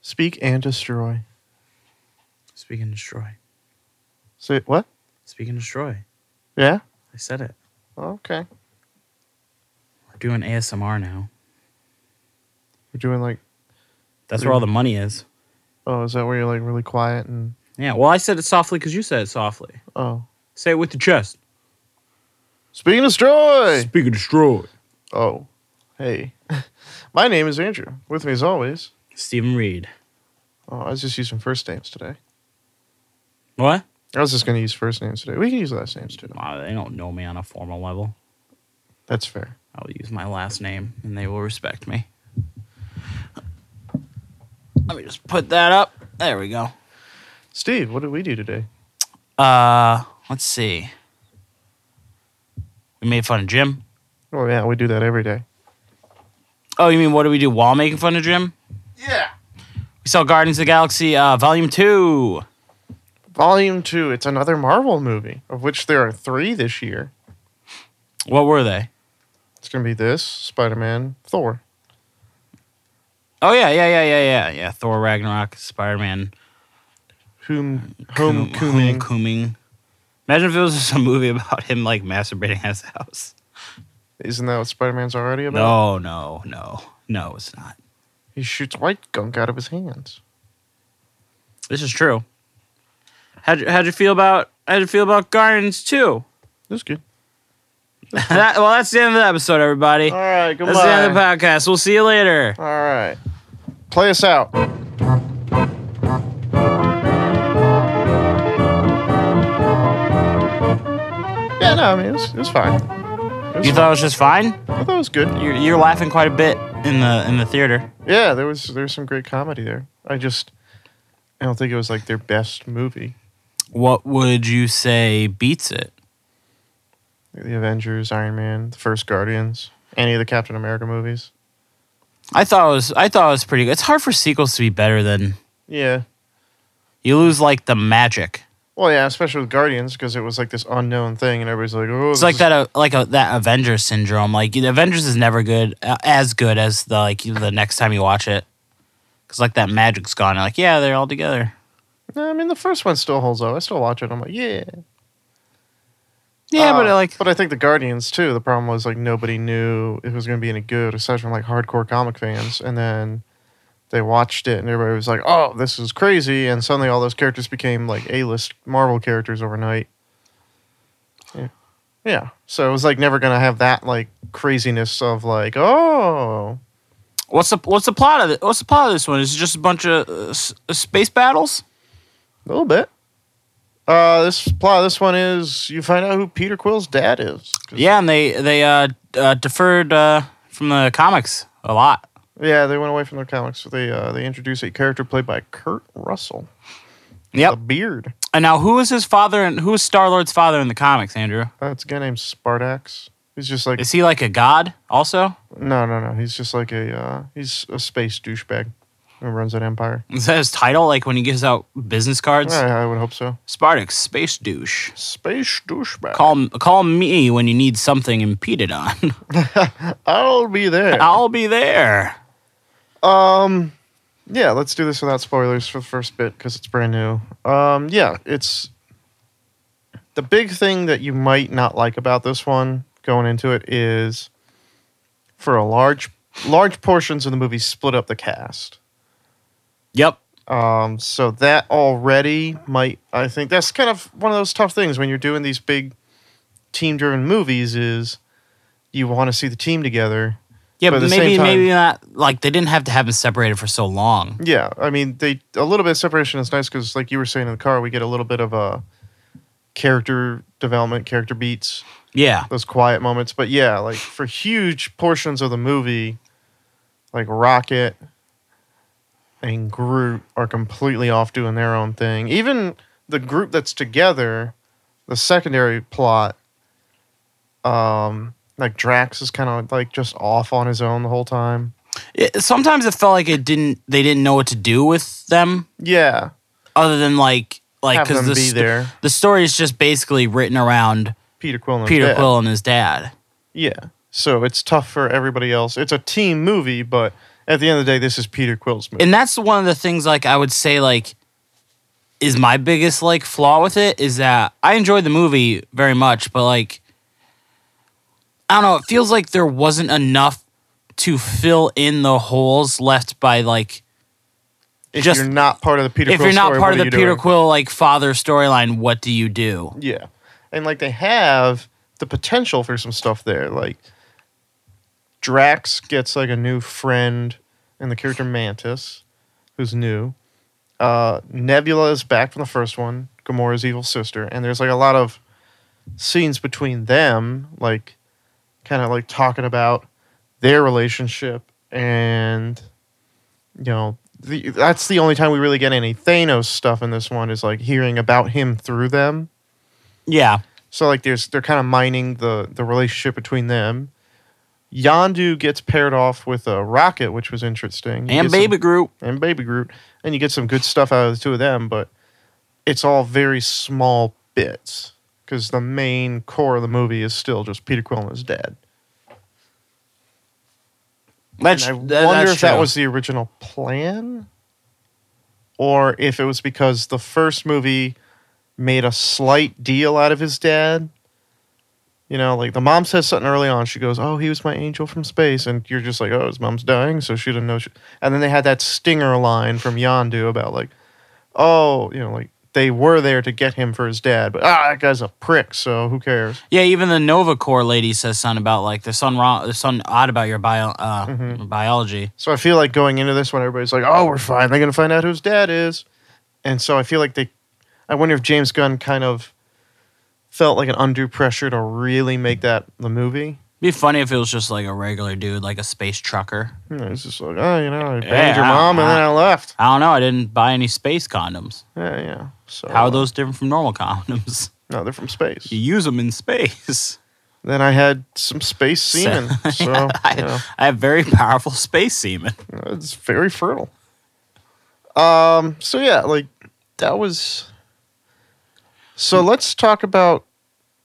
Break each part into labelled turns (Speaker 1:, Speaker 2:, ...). Speaker 1: Speak and destroy.
Speaker 2: Speak and destroy.
Speaker 1: Say what?
Speaker 2: Speak and destroy.
Speaker 1: Yeah.
Speaker 2: I said it.
Speaker 1: Okay.
Speaker 2: We're doing ASMR now.
Speaker 1: We're doing like.
Speaker 2: That's where all the money is.
Speaker 1: Oh, is that where you're like really quiet and
Speaker 2: Yeah. Well, I said it softly because you said it softly.
Speaker 1: oh.
Speaker 2: Say it with the chest.
Speaker 1: Speak and destroy.
Speaker 2: Speak and destroy.
Speaker 1: Oh, hey. My name is Andrew. With me as always.
Speaker 2: Stephen Reed.
Speaker 1: Oh, I was just using first names today.
Speaker 2: What?
Speaker 1: I was just going to use first names today. We can use last names too.
Speaker 2: Wow, they don't know me on a formal level.
Speaker 1: That's fair.
Speaker 2: I'll use my last name and they will respect me. Let me just put that up. There we go.
Speaker 1: Steve, what did we do today?
Speaker 2: Uh, let's see. We made fun of Jim.
Speaker 1: Oh yeah, we do that every day.
Speaker 2: Oh, you mean what do we do while making fun of Jim?
Speaker 1: Yeah.
Speaker 2: We saw Guardians of the Galaxy uh, Volume 2.
Speaker 1: Volume two. It's another Marvel movie, of which there are three this year.
Speaker 2: What were they?
Speaker 1: It's gonna be this Spider Man, Thor.
Speaker 2: Oh, yeah, yeah, yeah, yeah, yeah. Yeah, Thor Ragnarok, Spider Man,
Speaker 1: Whom homecoming.
Speaker 2: Homecoming. Imagine if it was just a movie about him like masturbating at his house.
Speaker 1: Isn't that what Spider Man's already about?
Speaker 2: No, no, no, no, it's not.
Speaker 1: He shoots white gunk out of his hands.
Speaker 2: This is true. How'd you, how'd you feel about how'd you feel about Guardians too?
Speaker 1: That's good.
Speaker 2: that, well, that's the end of the episode, everybody.
Speaker 1: All right, Oh, goodbye.
Speaker 2: that's the end of the podcast. We'll see you later.
Speaker 1: All right, play us out. Yeah, no, I mean it was, it was fine. It was
Speaker 2: You
Speaker 1: fine.
Speaker 2: thought it was just fine?
Speaker 1: I thought it was good.
Speaker 2: You're, you're laughing quite a bit in the in the theater.
Speaker 1: Yeah, there was there was some great comedy there. I just I don't think it was like their best movie.
Speaker 2: What would you say beats it?
Speaker 1: The Avengers, Iron Man, the first Guardians, any of the Captain America movies.
Speaker 2: I thought it was I thought it was pretty good. It's hard for sequels to be better than
Speaker 1: Yeah.
Speaker 2: you lose like the magic.
Speaker 1: Well, yeah, especially with Guardians because it was like this unknown thing, and everybody's like, "Oh,
Speaker 2: It's like that uh, like a, that Avengers syndrome. Like the Avengers is never good uh, as good as the like the next time you watch it. Cuz like that magic's gone. You're like, yeah, they're all together.
Speaker 1: No, I mean, the first one still holds up. I still watch it. I'm like, yeah,
Speaker 2: Yeah, but
Speaker 1: Uh,
Speaker 2: I like
Speaker 1: But I think the Guardians too. The problem was like nobody knew it was going to be any good, aside from like hardcore comic fans. And then they watched it, and everybody was like, "Oh, this is crazy!" And suddenly all those characters became like A-list Marvel characters overnight. Yeah, yeah. So it was like never going to have that like craziness of like, "Oh,
Speaker 2: what's the what's the plot of it? What's the plot of this one? Is it just a bunch of uh, s- uh, space battles?
Speaker 1: a little bit." Uh, this plot, of this one is you find out who Peter Quill's dad is. 'Cause-
Speaker 2: Yeah, and they they uh, uh deferred uh from the comics a lot.
Speaker 1: yeah. They went away from their comics. They uh, they introduced a character played by Kurt Russell.
Speaker 2: Yep.
Speaker 1: a beard.
Speaker 2: And now, who is his father? And who is Star Lord's father in the comics? Andrew
Speaker 1: Uh, it's a guy named Spartax. He's just like
Speaker 2: is he like a god also?
Speaker 1: no, no, no. He's just like a uh, he's a space douchebag who runs that empire.
Speaker 2: Is that his title? Like when he gives out business cards,
Speaker 1: Yeah, I would hope so.
Speaker 2: Spartacus, space douche.
Speaker 1: Space douchebag.
Speaker 2: Call call me when you need something impeded on.
Speaker 1: I'll be there.
Speaker 2: I'll be there.
Speaker 1: um, yeah. Let's do this without spoilers for the first bit because it's brand new. Um, yeah. It's the big thing that you might not like about this one going into it is for a large large portions of the movie split up the cast.
Speaker 2: Yep.
Speaker 1: Um, so that already might I think that's kind of one of those tough things when you're doing these big team driven movies is you want to see the team together.
Speaker 2: Yeah,
Speaker 1: But
Speaker 2: but,
Speaker 1: at the
Speaker 2: maybe
Speaker 1: same time-
Speaker 2: maybe not. Like they didn't have to have him separated for so long.
Speaker 1: Yeah, I mean they a little bit of separation is nice because like you were saying in the car, we get a little bit of a character development, character beats,
Speaker 2: Yeah.
Speaker 1: those quiet moments. But yeah, like for huge portions of the movie, like Rocket and Groot are completely off doing their own thing. Even the group that's together, the secondary plot, um, like Drax is kind of like just off on his own the whole time.
Speaker 2: It, sometimes it felt like it didn't. They didn't know what to do with them,
Speaker 1: Yeah,
Speaker 2: other than like like
Speaker 1: have
Speaker 2: because
Speaker 1: them
Speaker 2: the,
Speaker 1: be
Speaker 2: st-
Speaker 1: there.
Speaker 2: the story is just basically written around
Speaker 1: Peter Quill. and his
Speaker 2: Peter
Speaker 1: dad.
Speaker 2: Quill and his dad.
Speaker 1: Yeah. So it's tough for everybody else. It's a team movie, but at the end of the day, this is Peter Quill's movie.
Speaker 2: and that's one of the things like I would say like is my biggest like flaw with it is that I enjoyed the movie very much, but like I don't know, it feels like there wasn't enough to fill in the holes left by like
Speaker 1: if
Speaker 2: just-
Speaker 1: you're not part of the Peter
Speaker 2: if
Speaker 1: Quill
Speaker 2: you're not
Speaker 1: story,
Speaker 2: part of
Speaker 1: what
Speaker 2: the
Speaker 1: are you
Speaker 2: Peter
Speaker 1: doing?
Speaker 2: Quill like father storyline, what do you do?
Speaker 1: Yeah. And like they have the potential for some stuff there. Like Drax gets like a new friend in the character Mantis, who's new. Uh, Nebula is back from the first one, Gamora's evil sister, and there's like a lot of scenes between them, like kind of like talking about their relationship and you know the, that's the only time we really get any Thanos stuff in this one is like hearing about him through them.
Speaker 2: Yeah.
Speaker 1: So like there's they're kind of mining the the relationship between them. Yondu gets paired off with a rocket, which was interesting. You
Speaker 2: And
Speaker 1: get some-
Speaker 2: Baby Groot.
Speaker 1: and Baby Groot, and you get some good stuff out of the two of them, but it's all very small bits because the main core of the movie is still just Peter Quill and his dad.
Speaker 2: That's,
Speaker 1: And I
Speaker 2: that-
Speaker 1: wonder
Speaker 2: that's
Speaker 1: if that
Speaker 2: true.
Speaker 1: was the original plan or if it was because the first movie made a slight deal out of his dad. You know, like the mom says something early on. She goes, Oh, he was my angel from space. And you're just like, Oh, his mom's dying. So she didn't know. She... And then they had that stinger line from Yondu about, like, Oh, you know, like they were there to get him for his dad. But ah, that guy's a prick. So who cares?
Speaker 2: Yeah, even the Nova Corps lady says something about like there's something wrong, there's something odd about your bio, uh,
Speaker 1: Mm-hmm.
Speaker 2: biology.
Speaker 1: So I feel like going into this one, everybody's like, "Oh, we're finally going to find out whose dad is," and so I feel like they. I wonder if James Gunn kind of felt like an undue pressure to really make that the movie.
Speaker 2: Be funny if it was just like a regular dude, like a space trucker.
Speaker 1: You know, it's just like, oh, you know, I banged
Speaker 2: Yeah, uh-huh.
Speaker 1: your
Speaker 2: I-
Speaker 1: mom and then I left.
Speaker 2: I don't know. I didn't buy any space condoms.
Speaker 1: Yeah, yeah. So
Speaker 2: How are
Speaker 1: uh,
Speaker 2: those different from normal condoms?
Speaker 1: No, they're from space.
Speaker 2: Oh. You use them in space.
Speaker 1: Then I had some space semen, so
Speaker 2: I,
Speaker 1: you know,
Speaker 2: I have very powerful space semen.
Speaker 1: it's very fertile. Um. So yeah, like that was. So let's talk about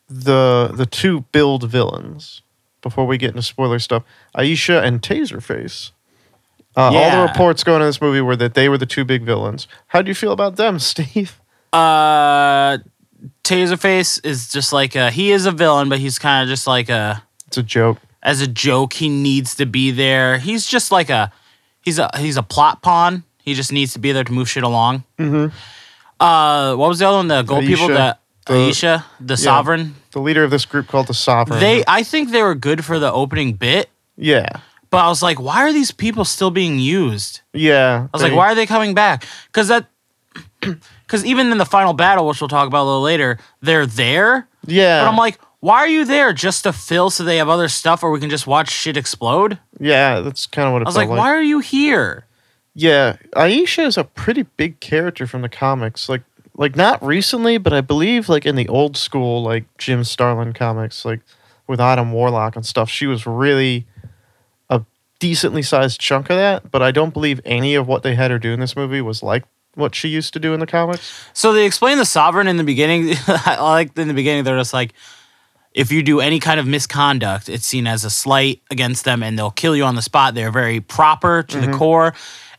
Speaker 1: the the two build villains before we get into spoiler stuff. Aisha and Taserface. Uh, All
Speaker 2: Yeah.
Speaker 1: the reports going in this movie were that they were the two big villains. How do you feel about them, Steve?
Speaker 2: Uh, Taserface is just like a, he is a villain, but he's kind of just like a
Speaker 1: It's a joke.
Speaker 2: as a joke. He needs to be there. He's just like a he's a he's a plot pawn. He just needs to be there to move shit along.
Speaker 1: Mhm.
Speaker 2: Uh, what was the other one? Mm-hmm. The gold people,
Speaker 1: Aisha.
Speaker 2: the,
Speaker 1: The-
Speaker 2: Aisha, the sovereign.
Speaker 1: The leader of this group called the Sovereign.
Speaker 2: They, I think they were good for the opening bit,
Speaker 1: yeah,
Speaker 2: but I was like, why are these people still being used?
Speaker 1: yeah.
Speaker 2: I was like, why are they coming back? Because that, because even in the final battle, which we'll talk about a little later, they're there,
Speaker 1: Yeah,
Speaker 2: but I'm like, why are you there just to fill so they have other stuff, or we can just watch shit explode?
Speaker 1: yeah. That's kind of what it
Speaker 2: I was
Speaker 1: felt
Speaker 2: like, why are you here?
Speaker 1: Yeah, Aisha is a pretty big character from the comics. Like like not recently, but I believe like in the old school like Jim Starlin comics like with Adam Warlock and stuff, she was really a decently sized chunk of that, but I don't believe any of what they had her do in this movie was like what she used to do in the comics.
Speaker 2: So they explain the sovereign in the beginning. I like in the beginning they're just like, if you do any kind of misconduct, it's seen as a slight against them, and they'll kill you on the spot. They're very proper to
Speaker 1: Mm-hmm.
Speaker 2: the core.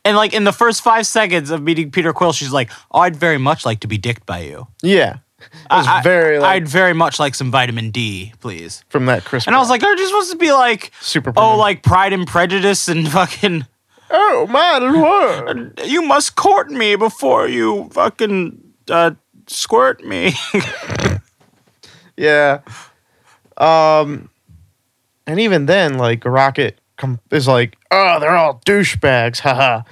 Speaker 2: And like in the first five seconds of meeting Peter Quill, she's like, oh, "I'd very much like to be dicked by you.
Speaker 1: Yeah. It was
Speaker 2: I-
Speaker 1: very like
Speaker 2: I'd very much like some vitamin D, please."
Speaker 1: from that Chris.
Speaker 2: And I was like, "Aren't you supposed to be like,
Speaker 1: super
Speaker 2: oh,
Speaker 1: primitive.
Speaker 2: like Pride and Prejudice and fucking,
Speaker 1: oh my lord.
Speaker 2: you must court me before you fucking uh, squirt me."
Speaker 1: Yeah. Um, and even then, like Rocket com- is like, oh, they're all douchebags, haha,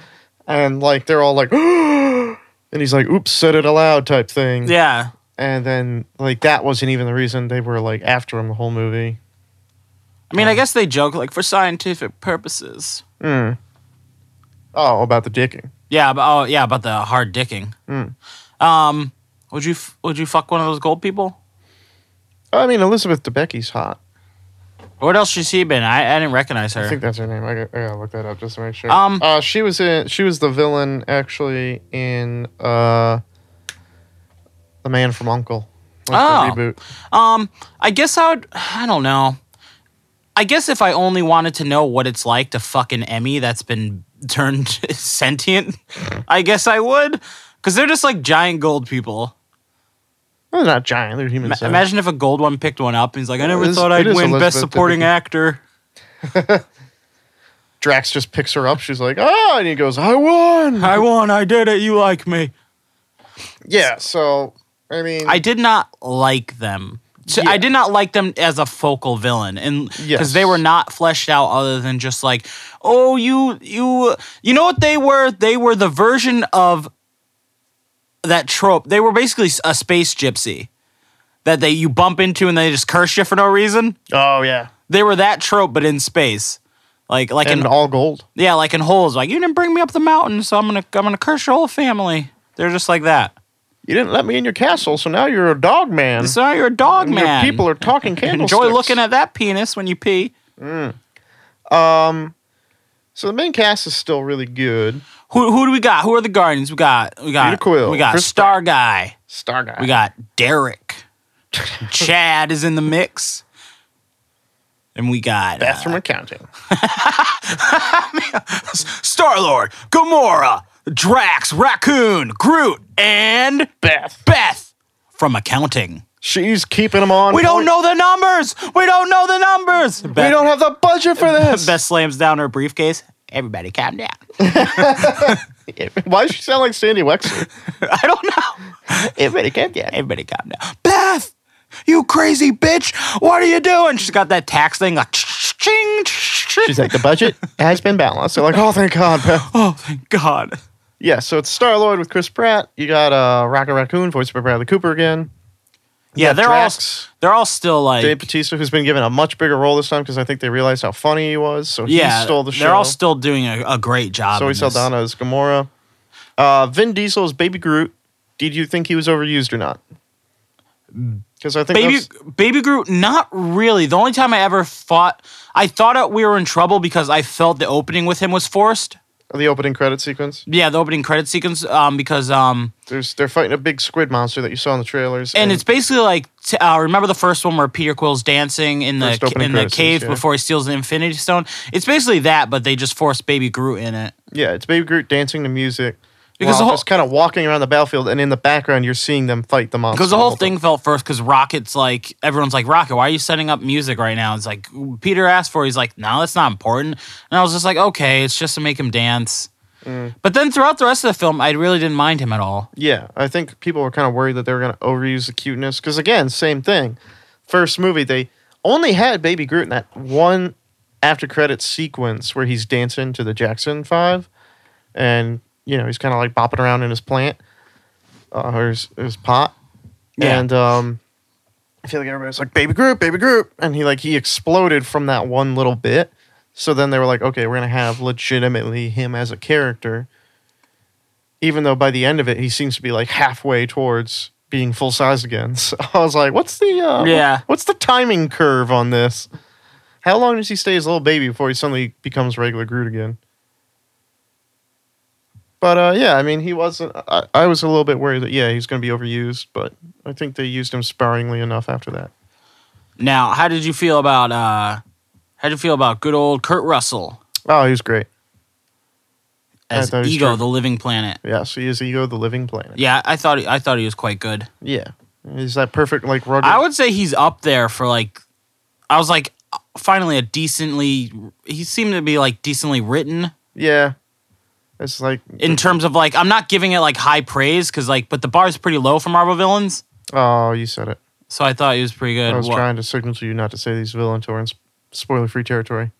Speaker 1: and like they're all like, and he's like, oops, said it aloud type thing.
Speaker 2: yeah.
Speaker 1: And then like that wasn't even the reason they were like after him the whole movie.
Speaker 2: I mean, I guess they joke like for scientific purposes.
Speaker 1: Mm. Oh, about the dicking.
Speaker 2: Yeah, but oh yeah, about the hard dicking.
Speaker 1: Mm.
Speaker 2: Um, would you f- would you fuck one of those gold people?
Speaker 1: I mean, Elizabeth Debicki's hot.
Speaker 2: What else has she been? I, I didn't recognize her.
Speaker 1: I think that's her name. I gotta, I gotta look that up just to make sure.
Speaker 2: Um,
Speaker 1: uh, she was in. She was the villain actually in uh, the Man from Uncle. Like the
Speaker 2: Oh.
Speaker 1: reboot.
Speaker 2: um, I guess I would. I don't know. I guess if I only wanted to know what it's like to fuck an Emmy that's been turned sentient, I guess I would, because they're just like giant gold people.
Speaker 1: Well, they're not giant. They're human.
Speaker 2: Ma-
Speaker 1: sized.
Speaker 2: Imagine if a gold one picked one up and he's like, I never
Speaker 1: It is-
Speaker 2: thought
Speaker 1: it
Speaker 2: I'd
Speaker 1: is
Speaker 2: win Best
Speaker 1: Elizabeth
Speaker 2: Supporting
Speaker 1: Debicki.
Speaker 2: Actor.
Speaker 1: Drax just picks her up. She's like, oh, and he goes, I won.
Speaker 2: I won. I did it. You like me.
Speaker 1: yeah. So I mean,
Speaker 2: I did not like them. So I
Speaker 1: Yeah.
Speaker 2: did not like them as a focal villain, and because
Speaker 1: Yes.
Speaker 2: they were not fleshed out, other than just like, oh, you, you, you know what they were? They were the version of that trope. They were basically a space gypsy that they you bump into and they just curse you for no reason.
Speaker 1: oh yeah,
Speaker 2: They were that trope, but in space, like like
Speaker 1: and
Speaker 2: in
Speaker 1: all gold.
Speaker 2: yeah, like in holes. Like you didn't bring me up the mountain, so I'm gonna I'm gonna curse your whole family. They're just like that.
Speaker 1: You didn't let me in your castle, so now you're a dog man.
Speaker 2: So now you're a dog
Speaker 1: And
Speaker 2: man.
Speaker 1: Your people are talking candlesticks.
Speaker 2: Enjoy looking at that penis when you pee.
Speaker 1: So the main cast is still really good.
Speaker 2: Who who do we got? Who are the Guardians? We got we got
Speaker 1: Peter Quill,
Speaker 2: We got
Speaker 1: Chris
Speaker 2: Star Guy.
Speaker 1: Star guy.
Speaker 2: We got Derek. Chad is in the mix. And we got
Speaker 1: bathroom accounting.
Speaker 2: Star Lord, uh, Gamora, Drax, Raccoon, Groot, and
Speaker 1: Beth.
Speaker 2: Beth from accounting.
Speaker 1: She's keeping them on.
Speaker 2: We don't
Speaker 1: point.
Speaker 2: know the numbers. We don't know the numbers. Beth,
Speaker 1: We don't have the budget for this.
Speaker 2: Beth slams down her briefcase. Everybody, calm down.
Speaker 1: Why does she sound like Sandy Wexler?
Speaker 2: I don't know.
Speaker 1: Everybody get that.
Speaker 2: Everybody calm down. Beth, you crazy bitch. What are you doing? She's got that tax thing like ching.
Speaker 1: She's like, the budget has been balanced. They're like, oh, thank God, Beth.
Speaker 2: oh, thank God.
Speaker 1: Yeah, so it's Star Lord with Chris Pratt. You got uh, Rocket Raccoon, voiced by Bradley Cooper again.
Speaker 2: Yeah,
Speaker 1: got
Speaker 2: they're
Speaker 1: Drax.
Speaker 2: all they're all still like
Speaker 1: Dave Bautista, who's been given a much bigger role this time because I think they realized how funny he was. So he
Speaker 2: yeah.
Speaker 1: stole the show.
Speaker 2: They're all still doing a, a great job.
Speaker 1: Zoe
Speaker 2: in this.
Speaker 1: Saldana is Gamora. Uh, Vin Diesel is Baby Groot. Did you think he was overused or not? Because I think
Speaker 2: Mm. Baby
Speaker 1: that's-
Speaker 2: Baby Groot, not really. The only time I ever thought I thought we were in trouble because I felt the opening with him was forced.
Speaker 1: the opening credit sequence.
Speaker 2: Yeah, the opening credit sequence. Um, because um,
Speaker 1: There's they're fighting a big squid monster that you saw in the trailers.
Speaker 2: and it's basically like t- uh, remember the first one where Peter Quill's dancing in the
Speaker 1: First opening
Speaker 2: in the
Speaker 1: credits,
Speaker 2: cave
Speaker 1: yeah.
Speaker 2: before he steals the Infinity Stone. It's basically that, but they just forced Baby Groot in it.
Speaker 1: yeah, it's Baby Groot dancing to music.
Speaker 2: Because
Speaker 1: Because
Speaker 2: the whole-
Speaker 1: just kind of walking around the battlefield, and in the background, you're seeing them fight the monster.
Speaker 2: Because the whole
Speaker 1: time.
Speaker 2: thing felt first because Rocket's like everyone's like Rocket, why are you setting up music right now? It's like Peter asked for. it. He's like, no, that's not important. And I was just like, okay, it's just to make him dance.
Speaker 1: Mm.
Speaker 2: But then throughout the rest of the film, I really didn't mind him at all.
Speaker 1: Yeah, I think people were kind of worried that they were going to overuse the cuteness. Because again, same thing. First movie, they only had Baby Groot in that one after credit sequence where he's dancing to the Jackson Five, and you know he's kind of like bopping around in his plant uh, or his, his pot.
Speaker 2: Yeah.
Speaker 1: And um, I feel like everybody's like Baby Groot, Baby Groot, and he like he exploded from that one little bit. So then they were like, okay, we're gonna have legitimately him as a character. Even though by the end of it, he seems to be like halfway towards being full size again. So I was like, what's the uh,
Speaker 2: Yeah.
Speaker 1: What's the timing curve on this? How long does he stay as a little baby before he suddenly becomes regular Groot again? But uh, yeah, I mean, he wasn't. I, I was a little bit worried that yeah, he's going to be overused, but I think they used him sparingly enough after that.
Speaker 2: Now, how did you feel about uh, how did you feel about good old Kurt Russell
Speaker 1: Oh, he was great. I
Speaker 2: as
Speaker 1: thought he was
Speaker 2: Ego,
Speaker 1: true.
Speaker 2: the Living Planet?
Speaker 1: Yeah, so he is Ego, the living planet.
Speaker 2: Yeah, I thought he, I thought he was quite good.
Speaker 1: Yeah, he's that perfect like rugged.
Speaker 2: I would say he's up there for like. I was like, finally a decently. He seemed to be like decently written.
Speaker 1: yeah, it's like
Speaker 2: in terms of like I'm not giving it like high praise because like but the bar is pretty low for Marvel villains.
Speaker 1: oh, you said it.
Speaker 2: So I thought he was pretty good.
Speaker 1: I was
Speaker 2: Wha-
Speaker 1: trying to signal to you not to say these villain torrents. Spoiler free territory.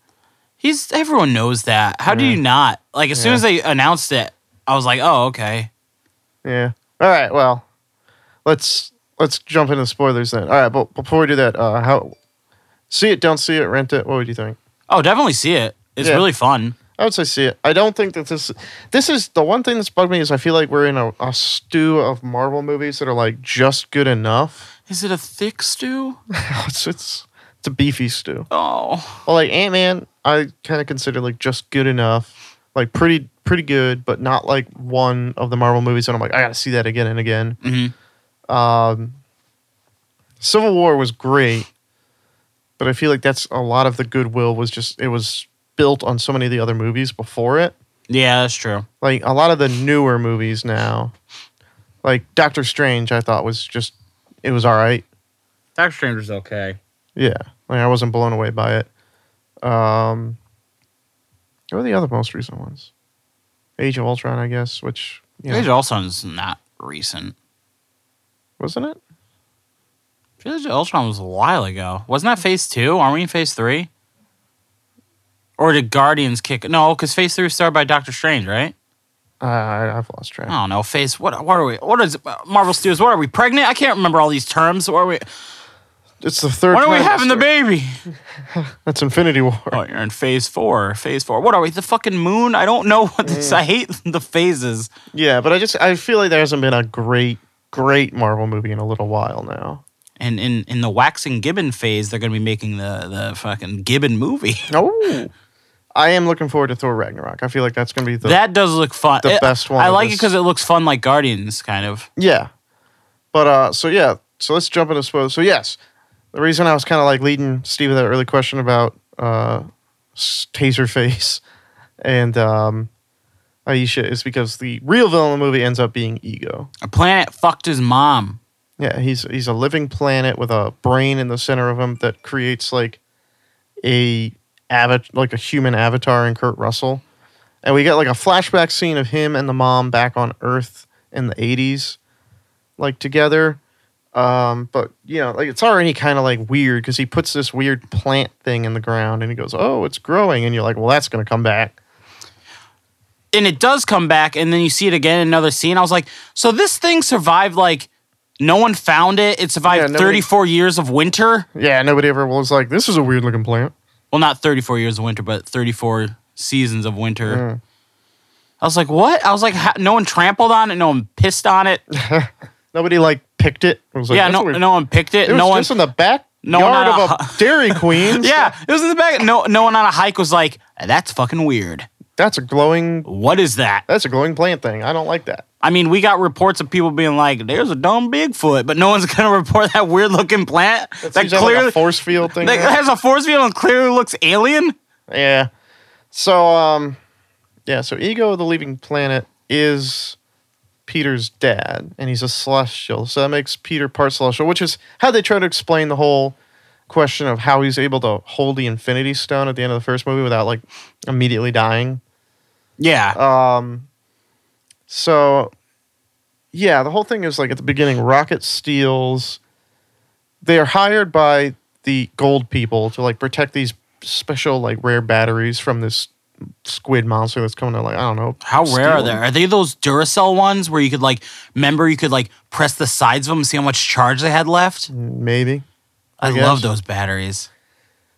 Speaker 2: He's everyone knows that. How do
Speaker 1: Yeah.
Speaker 2: you not? Like as soon
Speaker 1: Yeah.
Speaker 2: as they announced it, I was like, oh okay.
Speaker 1: Yeah. All right. Well, let's let's jump into spoilers then. All right. But before we do that, uh, how see it? Don't see it. Rent it. What would you think?
Speaker 2: Oh, definitely see it. It's
Speaker 1: Yeah.
Speaker 2: really fun.
Speaker 1: I would say see it. I don't think that this this is the one thing that's bugged me is I feel like we're in a, a stew of Marvel movies that are like just good enough.
Speaker 2: Is it a thick stew?
Speaker 1: it's it's it's a beefy stew.
Speaker 2: Oh,
Speaker 1: Well, like Ant Man, I kind of consider like just good enough, like pretty pretty good, but not like one of the Marvel movies. And I'm like, I gotta see that again and again.
Speaker 2: Mhm.
Speaker 1: Um, Civil War was great, but I feel like that's a lot of the goodwill was just it was built on so many of the other movies before it.
Speaker 2: Yeah, that's true.
Speaker 1: Like a lot of the newer movies now, like Doctor Strange, I thought was just it was all right.
Speaker 2: Doctor Strange was okay.
Speaker 1: Yeah, like I wasn't blown away by it. Um, what are the other most recent ones? Age of Ultron, I guess. Which you know,
Speaker 2: Age of Ultron's not recent.
Speaker 1: wasn't it?
Speaker 2: Age of Ultron was a while ago. Wasn't that Phase Two? Aren't we in Phase Three? Or did Guardians kick? No, because Phase Three was started by Doctor Strange, right?
Speaker 1: Uh, I, I've lost track.
Speaker 2: I don't know. Phase what? What are we? What is uh, Marvel Studios? What are we pregnant? I can't remember all these terms. What are we?
Speaker 1: It's the third.
Speaker 2: When are we
Speaker 1: trimester.
Speaker 2: having the baby?
Speaker 1: That's Infinity War.
Speaker 2: Oh, you're in Phase Four. Phase Four. What are we? The fucking moon? I don't know what this. I hate the phases.
Speaker 1: Yeah, but I just I feel like there hasn't been a great great Marvel movie in a little while now.
Speaker 2: And in in the waxing gibbon phase, they're gonna be making the the fucking gibbon movie.
Speaker 1: Oh. I am looking forward to Thor Ragnarok. I feel like that's going to be the
Speaker 2: that does look fun.
Speaker 1: the
Speaker 2: It-
Speaker 1: best one
Speaker 2: I
Speaker 1: of
Speaker 2: like it
Speaker 1: this-
Speaker 2: because it looks fun, like Guardians, kind of.
Speaker 1: Yeah. But uh so yeah, so let's jump into suppose. So yes, the reason I was kind of like leading Steve with that early question about uh s- Taser Face and um Aisha is because the real villain of the movie ends up being Ego.
Speaker 2: A planet fucked his mom.
Speaker 1: Yeah, he's he's a living planet with a brain in the center of him that creates like a avat- like a human avatar in Kurt Russell. And we get like a flashback scene of him and the mom back on Earth in the 80s like together. Um, but you know, like it's already kind of like weird cuz he puts this weird plant thing in the ground and he goes, "Oh, it's growing." And you're like, "Well, that's going to come back."
Speaker 2: and it does come back, and then you see it again in another scene. I was like, so this thing survived like no one found it. It survived
Speaker 1: Yeah, nobody-
Speaker 2: 34 years of winter.
Speaker 1: Yeah, nobody ever was like, "This is a weird looking plant."
Speaker 2: Well, not 34 years of winter, but 34 seasons of winter.
Speaker 1: Hmm.
Speaker 2: I was like, what? I was like, ha- no one trampled on it. No one pissed on it.
Speaker 1: Nobody like picked it. It was like,
Speaker 2: yeah,
Speaker 1: "That's
Speaker 2: no,
Speaker 1: weird."
Speaker 2: no one picked it.
Speaker 1: It was
Speaker 2: no one.
Speaker 1: just in the back
Speaker 2: no one uh,
Speaker 1: yard
Speaker 2: on a-
Speaker 1: of a Dairy Queen.
Speaker 2: yeah, it was in the back. No, no one on a hike was like, that's fucking weird.
Speaker 1: that's a glowing.
Speaker 2: What is that?
Speaker 1: That's a glowing plant thing. I don't like that.
Speaker 2: I mean, we got reports of people being like, "There's a dumb Bigfoot," but no one's gonna report that weird looking plant
Speaker 1: Seems
Speaker 2: that
Speaker 1: to have, like,
Speaker 2: clearly
Speaker 1: a force field thing.
Speaker 2: that
Speaker 1: there.
Speaker 2: has a force field and clearly looks alien.
Speaker 1: yeah. So um, yeah. So Ego, the leaving planet, is Peter's dad, and he's a celestial. So that makes Peter part celestial, which is how they try to explain the whole question of how he's able to hold the Infinity Stone at the end of the first movie without like immediately dying.
Speaker 2: Yeah,
Speaker 1: Um, so, yeah, the whole thing is like at the beginning, Rocket steals. They are hired by the gold people to like protect these special like rare batteries from this squid monster that's coming to like I don't know
Speaker 2: how
Speaker 1: steal
Speaker 2: rare are they?
Speaker 1: them.
Speaker 2: Are they those Duracell ones where you could like, remember, you could like press the sides of them and see how much charge they had left?
Speaker 1: Maybe.
Speaker 2: I,
Speaker 1: guess.
Speaker 2: love those batteries.